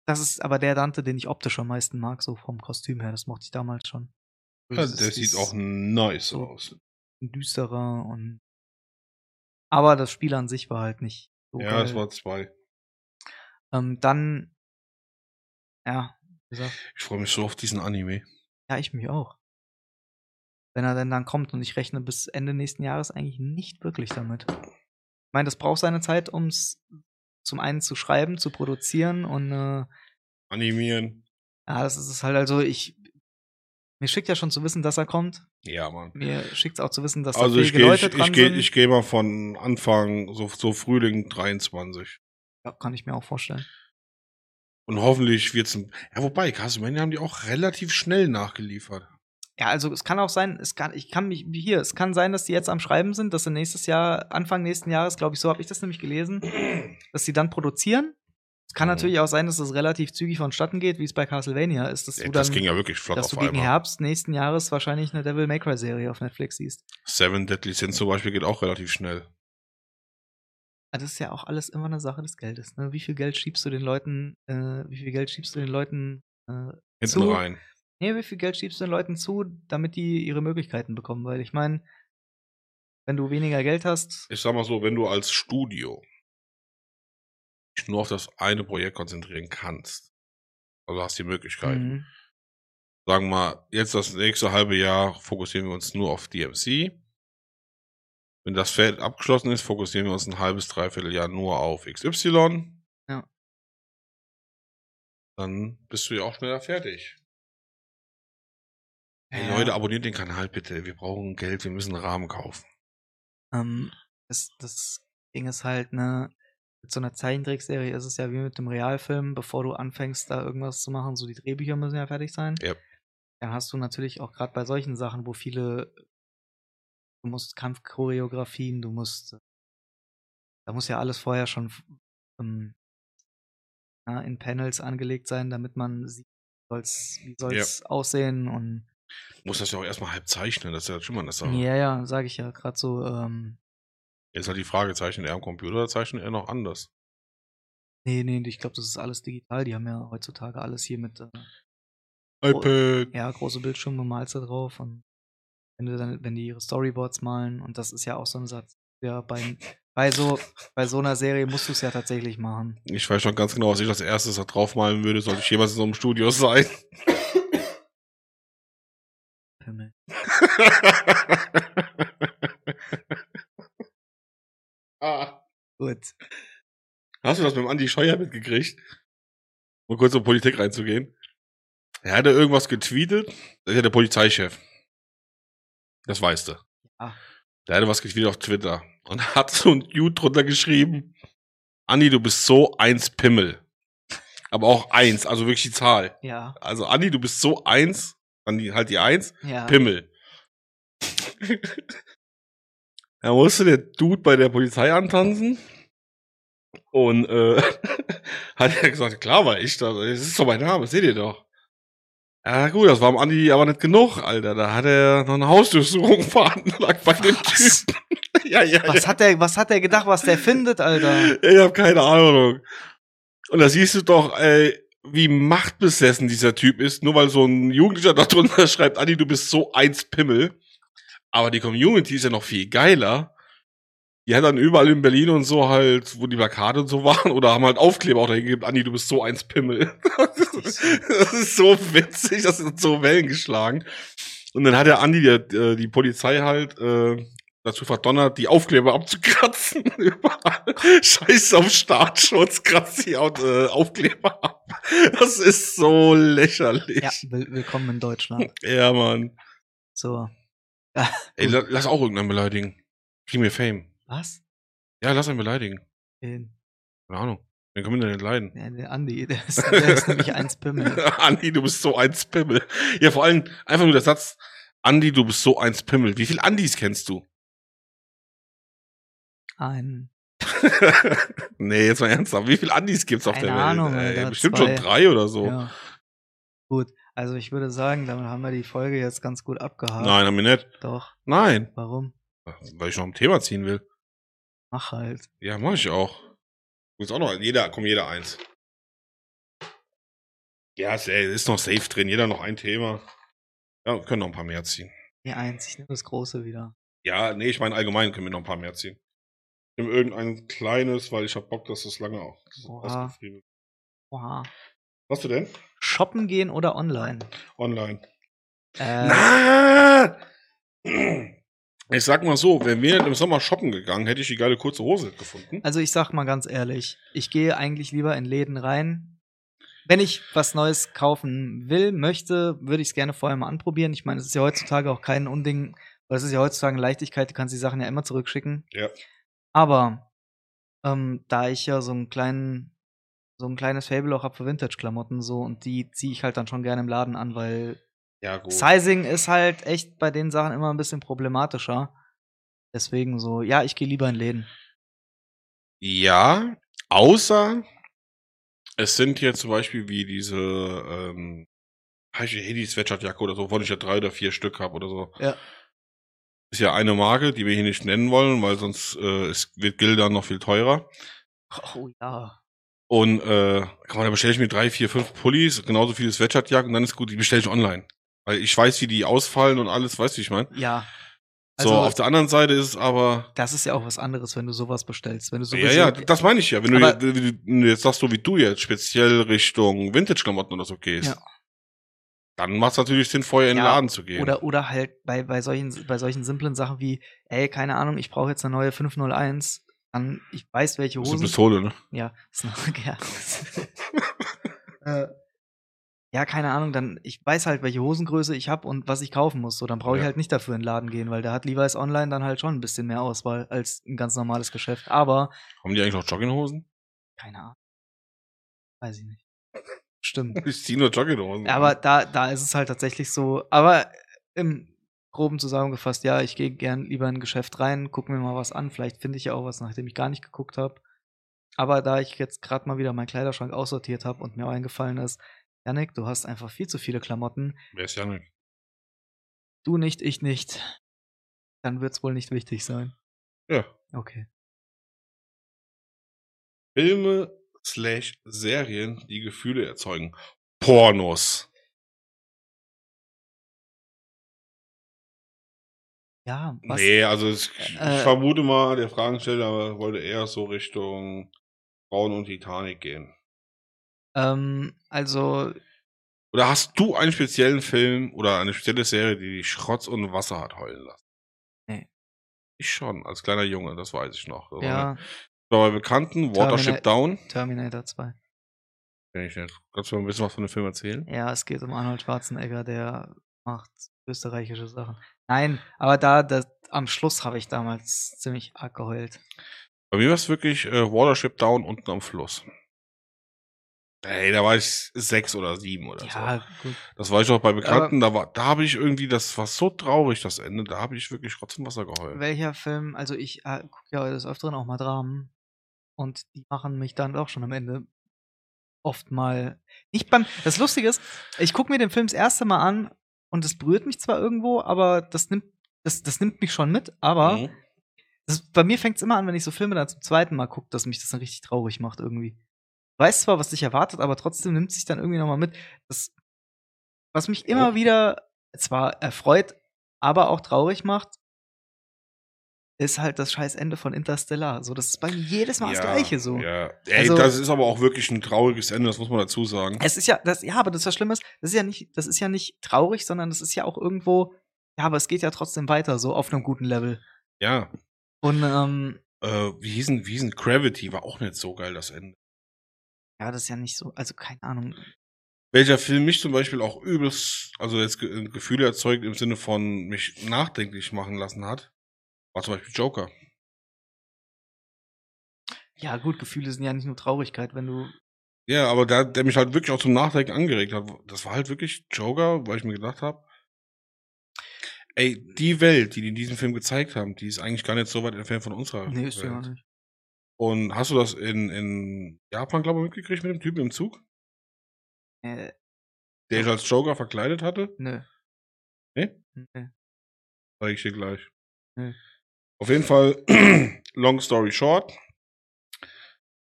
Speaker 2: Das ist aber der Dante, den ich optisch am meisten mag, so vom Kostüm her. Das mochte ich damals schon.
Speaker 1: ja,
Speaker 2: Das
Speaker 1: der
Speaker 2: ist
Speaker 1: sieht
Speaker 2: dieses
Speaker 1: auch nice
Speaker 2: so.
Speaker 1: aus.
Speaker 2: düsterer und. Aber das Spiel an sich war halt nicht so
Speaker 1: ja,
Speaker 2: geil.
Speaker 1: es war zwei.
Speaker 2: Ähm, dann. Ja, wie gesagt,
Speaker 1: Ich freue mich so auf diesen Anime.
Speaker 2: ja, ich mich auch. Wenn er denn dann kommt und ich rechne bis Ende nächsten Jahres eigentlich nicht wirklich damit. Ich meine, das braucht seine Zeit, um es zum einen zu schreiben, zu produzieren und äh,
Speaker 1: Animieren.
Speaker 2: ja, das ist es halt, also ich. Mir schickt ja schon zu wissen, dass er kommt.
Speaker 1: Ja, Mann.
Speaker 2: Mir schickt es auch zu wissen, dass da
Speaker 1: also ich
Speaker 2: fähige
Speaker 1: gehe ich,
Speaker 2: Leute
Speaker 1: ich
Speaker 2: dran
Speaker 1: geh,
Speaker 2: sind.
Speaker 1: ich geh mal von Anfang, so, so Frühling 23.
Speaker 2: ja, kann ich mir auch vorstellen.
Speaker 1: Und hoffentlich wird's ein. Ja, wobei, Castlevania haben die auch relativ schnell nachgeliefert.
Speaker 2: Ja, also es kann auch sein, es kann, ich kann mich, wie hier, es kann sein, dass die jetzt am Schreiben sind, dass sie nächstes Jahr, Anfang nächsten Jahres, glaube ich, so habe ich das
Speaker 1: <clears throat>
Speaker 2: nämlich gelesen, dass sie dann produzieren. Es kann
Speaker 1: Mhm.
Speaker 2: natürlich auch sein, dass es relativ zügig vonstatten geht, wie es bei Castlevania ist, dass du
Speaker 1: Ey,
Speaker 2: dann,
Speaker 1: das ging ja wirklich flott
Speaker 2: dass du
Speaker 1: auf
Speaker 2: gegen
Speaker 1: einmal.
Speaker 2: Herbst nächsten Jahres wahrscheinlich eine Devil May Cry Serie auf Netflix siehst.
Speaker 1: Seven Deadly Sins zum Beispiel geht auch relativ schnell.
Speaker 2: Also das ist ja auch alles immer eine Sache des Geldes. Ne? Wie viel Geld schiebst du den Leuten, äh, wie viel Geld schiebst du den Leuten, äh,
Speaker 1: Hinten
Speaker 2: Zu-
Speaker 1: rein.
Speaker 2: nee, wie viel Geld schiebst du den Leuten zu, damit die ihre Möglichkeiten bekommen? Weil ich meine, wenn du weniger Geld hast,
Speaker 1: Ich sag mal so, wenn du als Studio dich nur auf das eine Projekt konzentrieren kannst, also hast die Möglichkeit.
Speaker 2: mhm.
Speaker 1: Sagen wir mal, jetzt das nächste halbe Jahr fokussieren wir uns nur auf DMC. Wenn das Feld abgeschlossen ist, fokussieren wir uns ein halbes, dreiviertel Jahr nur auf XY.
Speaker 2: Ja.
Speaker 1: Dann bist du ja auch schneller fertig. Hey
Speaker 2: Ja.
Speaker 1: Leute, abonniert den Kanal bitte. Wir brauchen Geld, wir müssen einen Rahmen kaufen.
Speaker 2: Ähm, das, das Ding ist halt, ne, mit so einer Zeichentrickserie ist es ja wie mit dem Realfilm, bevor du anfängst, da irgendwas zu machen, so die Drehbücher müssen ja fertig sein.
Speaker 1: Yep.
Speaker 2: Dann hast du natürlich auch gerade bei solchen Sachen, wo viele, du musst Kampfchoreografien, du musst, da muss ja alles vorher schon ähm, ja, in Panels angelegt sein, damit man sieht, wie soll's, wie soll's aussehen und
Speaker 1: Muss das ja auch erstmal halb zeichnen, das ist ja schon mal eine Sache.
Speaker 2: ja, ja, sage ich ja, gerade so, ähm,
Speaker 1: Jetzt halt die Frage, zeichnet er am Computer oder zeichnet er noch anders?
Speaker 2: Nee, nee, ich glaube, das ist alles digital. Die haben ja heutzutage alles hier mit äh,
Speaker 1: iPad.
Speaker 2: ja, große Bildschirme malst du drauf und wenn du dann, wenn die ihre Storyboards malen und das ist ja auch so ein Satz. Ja, bei, bei so bei so einer Serie musst du es ja tatsächlich machen.
Speaker 1: Ich weiß schon ganz genau, was ich als erstes da draufmalen würde, sollte ich jemals in so einem Studio sein.
Speaker 2: Pimmel.
Speaker 1: ah.
Speaker 2: Gut.
Speaker 1: Hast du das mit dem Andi Scheuer mitgekriegt? Um kurz in Politik reinzugehen. Er hatte irgendwas getweetet. Das ist ja der Polizeichef. Das weißt du.
Speaker 2: Ja.
Speaker 1: Der hatte was getweetet auf Twitter. Und <laughs> hat so ein Dude drunter geschrieben. Andi, du bist so eins Pimmel. Aber auch eins, also wirklich die Zahl.
Speaker 2: Ja,
Speaker 1: Also Andi, du bist so eins. Dann die- halt die eins.
Speaker 2: ja.
Speaker 1: Pimmel. da musste der Dude bei der Polizei antanzen. Und äh, <laughs> hat er gesagt, klar war ich das. Das ist doch mein Name, seht ihr doch. Ja gut, das war am Andi aber nicht genug, Alter. Da hat er noch eine Hausdurchsuchung <laughs> veranlagt bei dem
Speaker 2: Was?
Speaker 1: Typen. <laughs> ja, ja,
Speaker 2: Was hat der, was hat der gedacht, was der findet, Alter?
Speaker 1: ich habe keine Ahnung. Und da siehst du doch, ey, wie machtbesessen dieser Typ ist, nur weil so ein Jugendlicher da drunter <laughs> schreibt, Andi, du bist so eins Pimmel. Aber die Community ist ja noch viel geiler. Die hat dann überall in Berlin und so halt, wo die Plakate und so waren, oder haben halt Aufkleber auch dahingegeben, Andi, du bist so eins Pimmel. das ist so witzig, das sind so Wellen geschlagen. Und dann hat der Andi die, äh, die Polizei halt äh, dazu verdonnert, die Aufkleber abzukratzen. <laughs> Überall. Scheiß auf Staatsschutz, kratzt die Au- äh, Aufkleber ab. Das ist so lächerlich.
Speaker 2: Ja, will, willkommen in Deutschland.
Speaker 1: Ja, Mann.
Speaker 2: So.
Speaker 1: Ey, la lass auch irgendeinen beleidigen. Kriegen wir Fame.
Speaker 2: Was?
Speaker 1: Ja, lass einen beleidigen.
Speaker 2: Den,
Speaker 1: Keine Ahnung. Den können wir denn nicht leiden. <laughs>
Speaker 2: ja, äh, der Andi, der ist, der ist nämlich eins Pimmel.
Speaker 1: Andi, du bist so ein Pimmel. Ja, vor allem einfach nur der Satz, Andi, du bist so ein Pimmel. Wie viel Andis kennst du?
Speaker 2: Ein.
Speaker 1: <laughs> nee, jetzt mal ernsthaft. Wie viele Andis gibt's auf
Speaker 2: Keine
Speaker 1: der Welt?
Speaker 2: Ahnung,
Speaker 1: Ey,
Speaker 2: Alter,
Speaker 1: bestimmt
Speaker 2: zwei.
Speaker 1: schon drei oder so.
Speaker 2: Ja. Gut, also ich würde sagen, damit haben wir die Folge jetzt ganz gut abgehakt.
Speaker 1: Nein, haben wir nicht.
Speaker 2: Doch,
Speaker 1: Nein.
Speaker 2: warum?
Speaker 1: Weil ich noch ein Thema ziehen will.
Speaker 2: Mach halt.
Speaker 1: Ja, mach ich auch. Muss auch noch, jeder, komm, jeder eins. Ja, ist, ey, ist noch safe drin, jeder noch ein Thema. Ja, wir können noch ein paar mehr ziehen.
Speaker 2: Die eins, ich nehme das große wieder.
Speaker 1: Ja, nee, ich meine allgemein können wir noch ein paar mehr ziehen. Ich nehme irgendein kleines, weil ich hab Bock, dass das lange auch
Speaker 2: Oha.
Speaker 1: ausgeschrieben ist.
Speaker 2: Oha.
Speaker 1: Was du denn?
Speaker 2: Shoppen gehen oder online?
Speaker 1: Online.
Speaker 2: Äh,
Speaker 1: Na! Äh, Ich sag mal so, wenn wir nicht im Sommer shoppen gegangen, hätte ich die geile kurze Hose nicht gefunden.
Speaker 2: Also ich sag mal ganz ehrlich, ich gehe eigentlich lieber in Läden rein. Wenn ich was Neues kaufen will, möchte, würde ich es gerne vorher mal anprobieren. Ich meine, es ist ja heutzutage auch kein Unding, weil es ist ja heutzutage eine Leichtigkeit, du kannst die Sachen ja immer zurückschicken.
Speaker 1: Ja.
Speaker 2: Aber ähm, da ich ja so einen kleinen, so ein kleines Fable auch habe für Vintage-Klamotten so und die ziehe ich halt dann schon gerne im Laden an, weil
Speaker 1: Ja, gut.
Speaker 2: Sizing ist halt echt bei den Sachen immer ein bisschen problematischer. Deswegen so, ja, ich gehe lieber in Läden.
Speaker 1: Ja, außer es sind hier zum Beispiel wie diese, ähm, die Sweatshirtjacke oder so, von ich ja drei oder vier Stück habe oder so.
Speaker 2: Ja.
Speaker 1: Ist ja eine Marke, die wir hier nicht nennen wollen, weil sonst äh, es wird Gilda noch viel teurer.
Speaker 2: Oh ja.
Speaker 1: Und äh, kann man, da bestelle ich mir drei, vier, fünf Pullis, genauso viele Sweatshirtjacken und dann ist gut, die bestelle ich online. Weil ich weiß, wie die ausfallen und alles, weißt du, wie ich meine.
Speaker 2: Ja.
Speaker 1: so,
Speaker 2: Also,
Speaker 1: auf der anderen Seite ist es aber.
Speaker 2: das ist ja auch was anderes, wenn du sowas bestellst. Wenn du sowieso,
Speaker 1: Ja, ja, das meine ich ja. Wenn
Speaker 2: Aber-
Speaker 1: du, wenn du jetzt sagst, so wie du jetzt speziell Richtung Vintage-Klamotten oder so gehst,
Speaker 2: Ja.
Speaker 1: dann macht es natürlich Sinn, vorher in den
Speaker 2: Ja,
Speaker 1: Laden zu gehen.
Speaker 2: Oder, oder halt bei, bei, solchen, bei solchen simplen Sachen wie, ey, keine Ahnung, ich brauche jetzt eine neue 501. Dann, ich weiß, welche
Speaker 1: das ist eine
Speaker 2: Hosen.
Speaker 1: Pistole, ne?
Speaker 2: Ja, <laughs> ist noch,
Speaker 1: <laughs>
Speaker 2: ja. äh, ja, keine Ahnung, dann ich weiß halt, welche Hosengröße ich habe und was ich kaufen muss. So, dann brauche ich
Speaker 1: Ja.
Speaker 2: halt nicht dafür in den Laden gehen, weil da hat Levi's Online dann halt schon ein bisschen mehr Auswahl als ein ganz normales Geschäft. Aber,
Speaker 1: Haben die eigentlich noch Jogginghosen? <laughs>
Speaker 2: keine Ahnung. Weiß ich nicht. Stimmt.
Speaker 1: Ich ziehe nur Jogginghosen.
Speaker 2: Aber da, da ist es halt tatsächlich so. Aber im groben zusammengefasst, ja, ich gehe gern lieber in ein Geschäft rein, gucke mir mal was an. Vielleicht finde ich ja auch was, nachdem ich gar nicht geguckt habe. Aber da ich jetzt gerade mal wieder meinen Kleiderschrank aussortiert habe und mir auch eingefallen ist, Janik, du hast einfach viel zu viele Klamotten.
Speaker 1: Wer ist Janik?
Speaker 2: Du nicht, ich nicht. Dann wird es wohl nicht wichtig sein.
Speaker 1: Ja.
Speaker 2: Okay.
Speaker 1: Filme slash Serien, die Gefühle erzeugen. Pornos.
Speaker 2: Ja, was?
Speaker 1: Nee, also es, ich
Speaker 2: Äh,
Speaker 1: vermute mal, der Fragensteller wollte eher so Richtung Frauen und Titanic gehen.
Speaker 2: Ähm, also,
Speaker 1: Oder hast du einen speziellen Film oder eine spezielle Serie, die dich Schrotz und Wasser hat heulen lassen?
Speaker 2: Nee.
Speaker 1: Ich schon, als kleiner Junge, das weiß ich noch. Das war
Speaker 2: ja,
Speaker 1: Bei Bekannten, Watership
Speaker 2: Termina-
Speaker 1: Down.
Speaker 2: Terminator 2.
Speaker 1: Kenn ich nicht. Kannst du mir ein bisschen was von dem Film erzählen?
Speaker 2: Ja, es geht um Arnold Schwarzenegger, der macht österreichische Sachen. Nein, aber da, das, am Schluss habe ich damals ziemlich arg geheult.
Speaker 1: Bei mir war es wirklich äh, Watership Down unten am Fluss. Ey, da war ich sechs oder sieben oder so.
Speaker 2: Ja, gut.
Speaker 1: Das war ich auch bei Bekannten, da war, da habe ich irgendwie, das war so traurig, das Ende, da habe ich wirklich Schrotz und Wasser geheult.
Speaker 2: Welcher Film, also ich äh, gucke ja des Öfteren auch mal Dramen und die machen mich dann auch schon am Ende oft mal. Nicht beim. Das Lustige ist, ich gucke mir den Film das erste Mal an und es berührt mich zwar irgendwo, aber das nimmt, das, das nimmt mich schon mit, aber
Speaker 1: Mhm.
Speaker 2: Das, bei mir fängt es immer an, wenn ich so Filme dann zum zweiten Mal gucke, dass mich das dann richtig traurig macht irgendwie. Weiß zwar, was dich erwartet, aber trotzdem nimmt sich dann irgendwie nochmal mit. Das, was mich immer
Speaker 1: Oh.
Speaker 2: wieder zwar erfreut, aber auch traurig macht, ist halt das scheiß Ende von Interstellar. So, das ist bei mir jedes Mal das Gleiche so.
Speaker 1: Ja. Ey,
Speaker 2: Also-
Speaker 1: das ist aber auch wirklich ein trauriges Ende, das muss man dazu sagen.
Speaker 2: Es ist ja, das, ja, aber das ist das Schlimme ist, das ist ja nicht, das ist ja nicht traurig, sondern das ist ja auch irgendwo, ja, aber es geht ja trotzdem weiter, so auf einem guten Level.
Speaker 1: Ja.
Speaker 2: Und ähm,
Speaker 1: Äh, wie hießen, wie hießen Gravity war auch nicht so geil, das Ende.
Speaker 2: ja, das ist ja nicht so, also keine Ahnung.
Speaker 1: Welcher Film mich zum Beispiel auch übelst, also jetzt ge äh, Gefühle erzeugt im Sinne von mich nachdenklich machen lassen hat, war zum Beispiel Joker.
Speaker 2: Ja, gut, Gefühle sind ja nicht nur Traurigkeit, wenn du.
Speaker 1: Ja, aber der, der mich halt wirklich auch zum Nachdenken angeregt hat. Das war halt wirklich Joker, weil ich mir gedacht habe, ey, die Welt, die die in diesem Film gezeigt haben, die ist eigentlich gar nicht so weit entfernt von unserer
Speaker 2: Nee, ist
Speaker 1: Welt.
Speaker 2: ja auch nicht.
Speaker 1: Und hast du das in, in Japan, glaube ich, mitgekriegt mit dem Typen im Zug,
Speaker 2: Äh,
Speaker 1: der sich als Joker verkleidet hatte?
Speaker 2: nö.
Speaker 1: Nee?
Speaker 2: Nö.
Speaker 1: Zeige ich dir gleich.
Speaker 2: Hm.
Speaker 1: Auf jeden Fall, <clears throat> long story short,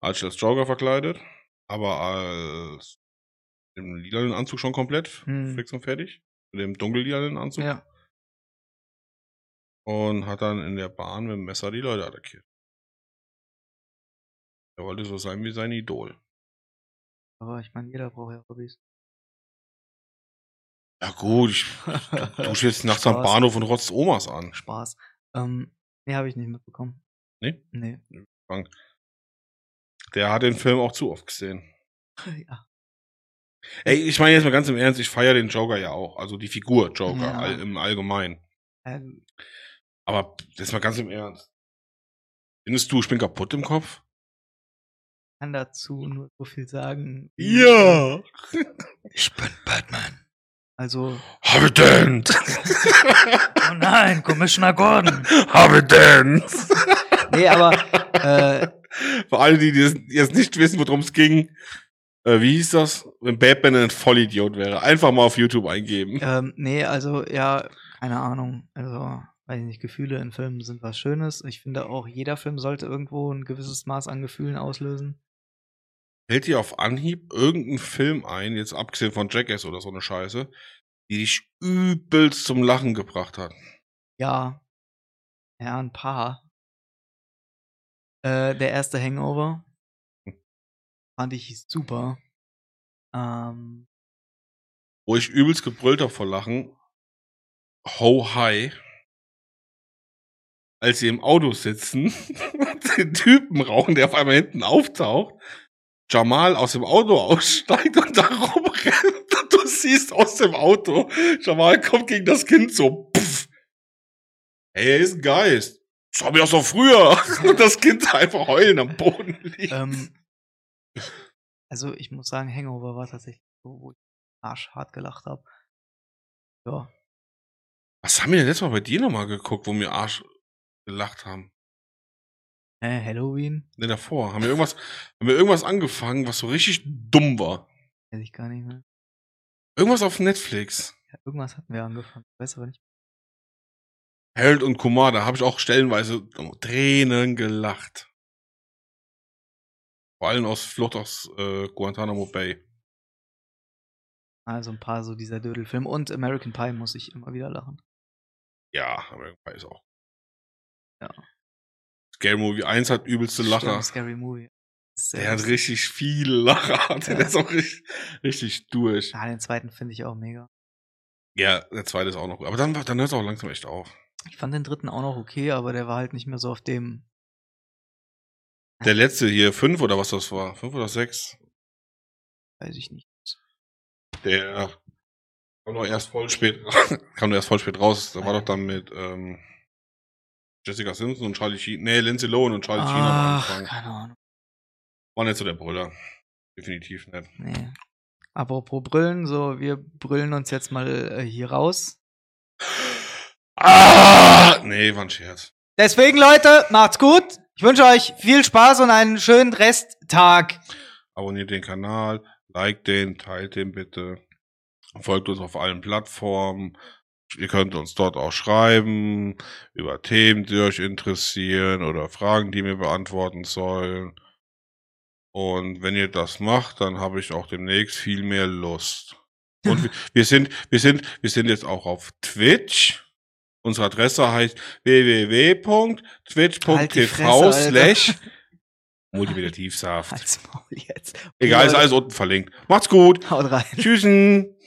Speaker 1: als ich als Joker verkleidet, aber als im lilanen Anzug schon komplett
Speaker 2: Hm.
Speaker 1: fix und fertig. Mit dem dunkellilanen Anzug.
Speaker 2: Ja.
Speaker 1: Und hat dann in der Bahn mit dem Messer die Leute attackiert. Er wollte so sein wie sein Idol.
Speaker 2: Aber ich meine, jeder braucht ja
Speaker 1: <laughs>
Speaker 2: Hobbys.
Speaker 1: Ja gut, ich
Speaker 2: <laughs>
Speaker 1: dusche jetzt nachts am
Speaker 2: Spaß.
Speaker 1: Bahnhof und rotzt Omas an.
Speaker 2: Spaß. Ähm, nee, habe ich nicht mitbekommen.
Speaker 1: Nee?
Speaker 2: Nee.
Speaker 1: Der hat den Film auch zu oft gesehen.
Speaker 2: ja.
Speaker 1: Ey, ich meine jetzt mal ganz im Ernst, ich feiere den Joker ja auch. Also die Figur Joker
Speaker 2: Ja.
Speaker 1: all, im Allgemeinen.
Speaker 2: Ähm,
Speaker 1: Aber jetzt mal ganz im Ernst. Findest du, ich bin kaputt im Kopf?
Speaker 2: kann dazu nur so viel sagen. wie-
Speaker 1: Ja!
Speaker 2: Ich bin Batman. Also,
Speaker 1: Habe denn!
Speaker 2: oh nein, Commissioner Gordon.
Speaker 1: Habe denn!
Speaker 2: Nee, aber äh,
Speaker 1: Für alle, die das jetzt nicht wissen, worum es ging, äh, wie hieß das? Wenn Batman ein Vollidiot wäre. Einfach mal auf YouTube eingeben.
Speaker 2: ähm, nee, also ja, keine Ahnung. Also, weiß ich nicht, Gefühle in Filmen sind was Schönes. Ich finde auch, jeder Film sollte irgendwo ein gewisses Maß an Gefühlen auslösen.
Speaker 1: Fällt dir auf Anhieb irgendein Film ein, jetzt abgesehen von Jackass oder so eine Scheiße, die dich übelst zum Lachen gebracht hat?
Speaker 2: Ja. Ja, ein paar. Äh, der erste Hangover fand ich super. Ähm,
Speaker 1: wo ich übelst gebrüllt habe vor Lachen. Ho hi. Als sie im Auto sitzen, <laughs> den Typen rauchen, der auf einmal hinten auftaucht, Jamal aus dem Auto aussteigt und da rumrennt und du siehst aus dem Auto, Jamal kommt gegen das Kind so, pff. Ey, er ist ein Geist. Das hab ich auch so früher. <laughs> Und das Kind einfach heulen am Boden liegt.
Speaker 2: ähm, ich, also ich muss sagen, Hangover war tatsächlich so, wo ich arschhart gelacht habe. Ja,
Speaker 1: Was haben wir denn letztes Mal bei dir nochmal geguckt, wo wir Arsch gelacht haben?
Speaker 2: äh, Halloween,
Speaker 1: Ne, davor. Haben wir irgendwas, haben wir irgendwas angefangen, was so richtig dumm war.
Speaker 2: weiß ich gar nicht mehr.
Speaker 1: Irgendwas auf Netflix.
Speaker 2: Ja, irgendwas hatten wir angefangen, ich weiß aber nicht.
Speaker 1: Harold und Kumar, da habe ich auch stellenweise um Tränen gelacht. Vor allem aus Flucht aus äh, Guantanamo Bay.
Speaker 2: Also ein paar so dieser Dödelfilm und American Pie muss ich immer wieder lachen.
Speaker 1: Ja, aber irgendwann ist auch.
Speaker 2: Ja.
Speaker 1: Scary Movie 1 hat übelste Lacher.
Speaker 2: Stimmt, Scary Movie. Sehr
Speaker 1: Der hat
Speaker 2: lustig.
Speaker 1: richtig viele Lacher. <laughs> Der ist auch richtig, richtig durch.
Speaker 2: Ja, den zweiten finde ich auch mega.
Speaker 1: Ja, der zweite ist auch noch gut. Aber dann, dann hört es auch langsam echt auf.
Speaker 2: Ich fand den dritten auch noch okay, aber der war halt nicht mehr so auf dem. Ah.
Speaker 1: Der letzte hier, fünf oder was das war? Fünf oder sechs?
Speaker 2: Weiß ich nicht.
Speaker 1: Der kam doch erst voll spät, <laughs> kam doch erst voll spät raus. Da war doch dann mit ähm, Jessica Simpson und Charlie Sheen, nee, Lindsay Lohan und Charlie Sheen am
Speaker 2: Ach,
Speaker 1: Anfang.
Speaker 2: keine Ahnung.
Speaker 1: War nicht so der Brüller. Definitiv nicht.
Speaker 2: Nee. Apropos Brüllen, so, wir brüllen uns jetzt mal äh, hier raus.
Speaker 1: Ah! Nee, war ein Scherz.
Speaker 2: Deswegen, Leute, macht's gut. Ich wünsche euch viel Spaß und einen schönen Resttag.
Speaker 1: Abonniert den Kanal, liked den, teilt den bitte. Folgt uns auf allen Plattformen. Ihr könnt uns dort auch schreiben, über Themen, die euch interessieren oder Fragen, die wir beantworten sollen. Und wenn ihr das macht, dann habe ich auch demnächst viel mehr Lust. Und wir- wir sind, wir sind, wir sind jetzt auch auf Twitch. Unsere Adresse heißt
Speaker 2: Halt die Fresse,
Speaker 1: www.twitch.tv
Speaker 2: Alter. <laughs>
Speaker 1: slash multiplikativsaft.
Speaker 2: Halt's Maul jetzt.
Speaker 1: Egal, ist
Speaker 2: Leute, <laughs>
Speaker 1: alles unten verlinkt. Macht's gut.
Speaker 2: Haut rein.
Speaker 1: Tschüssen.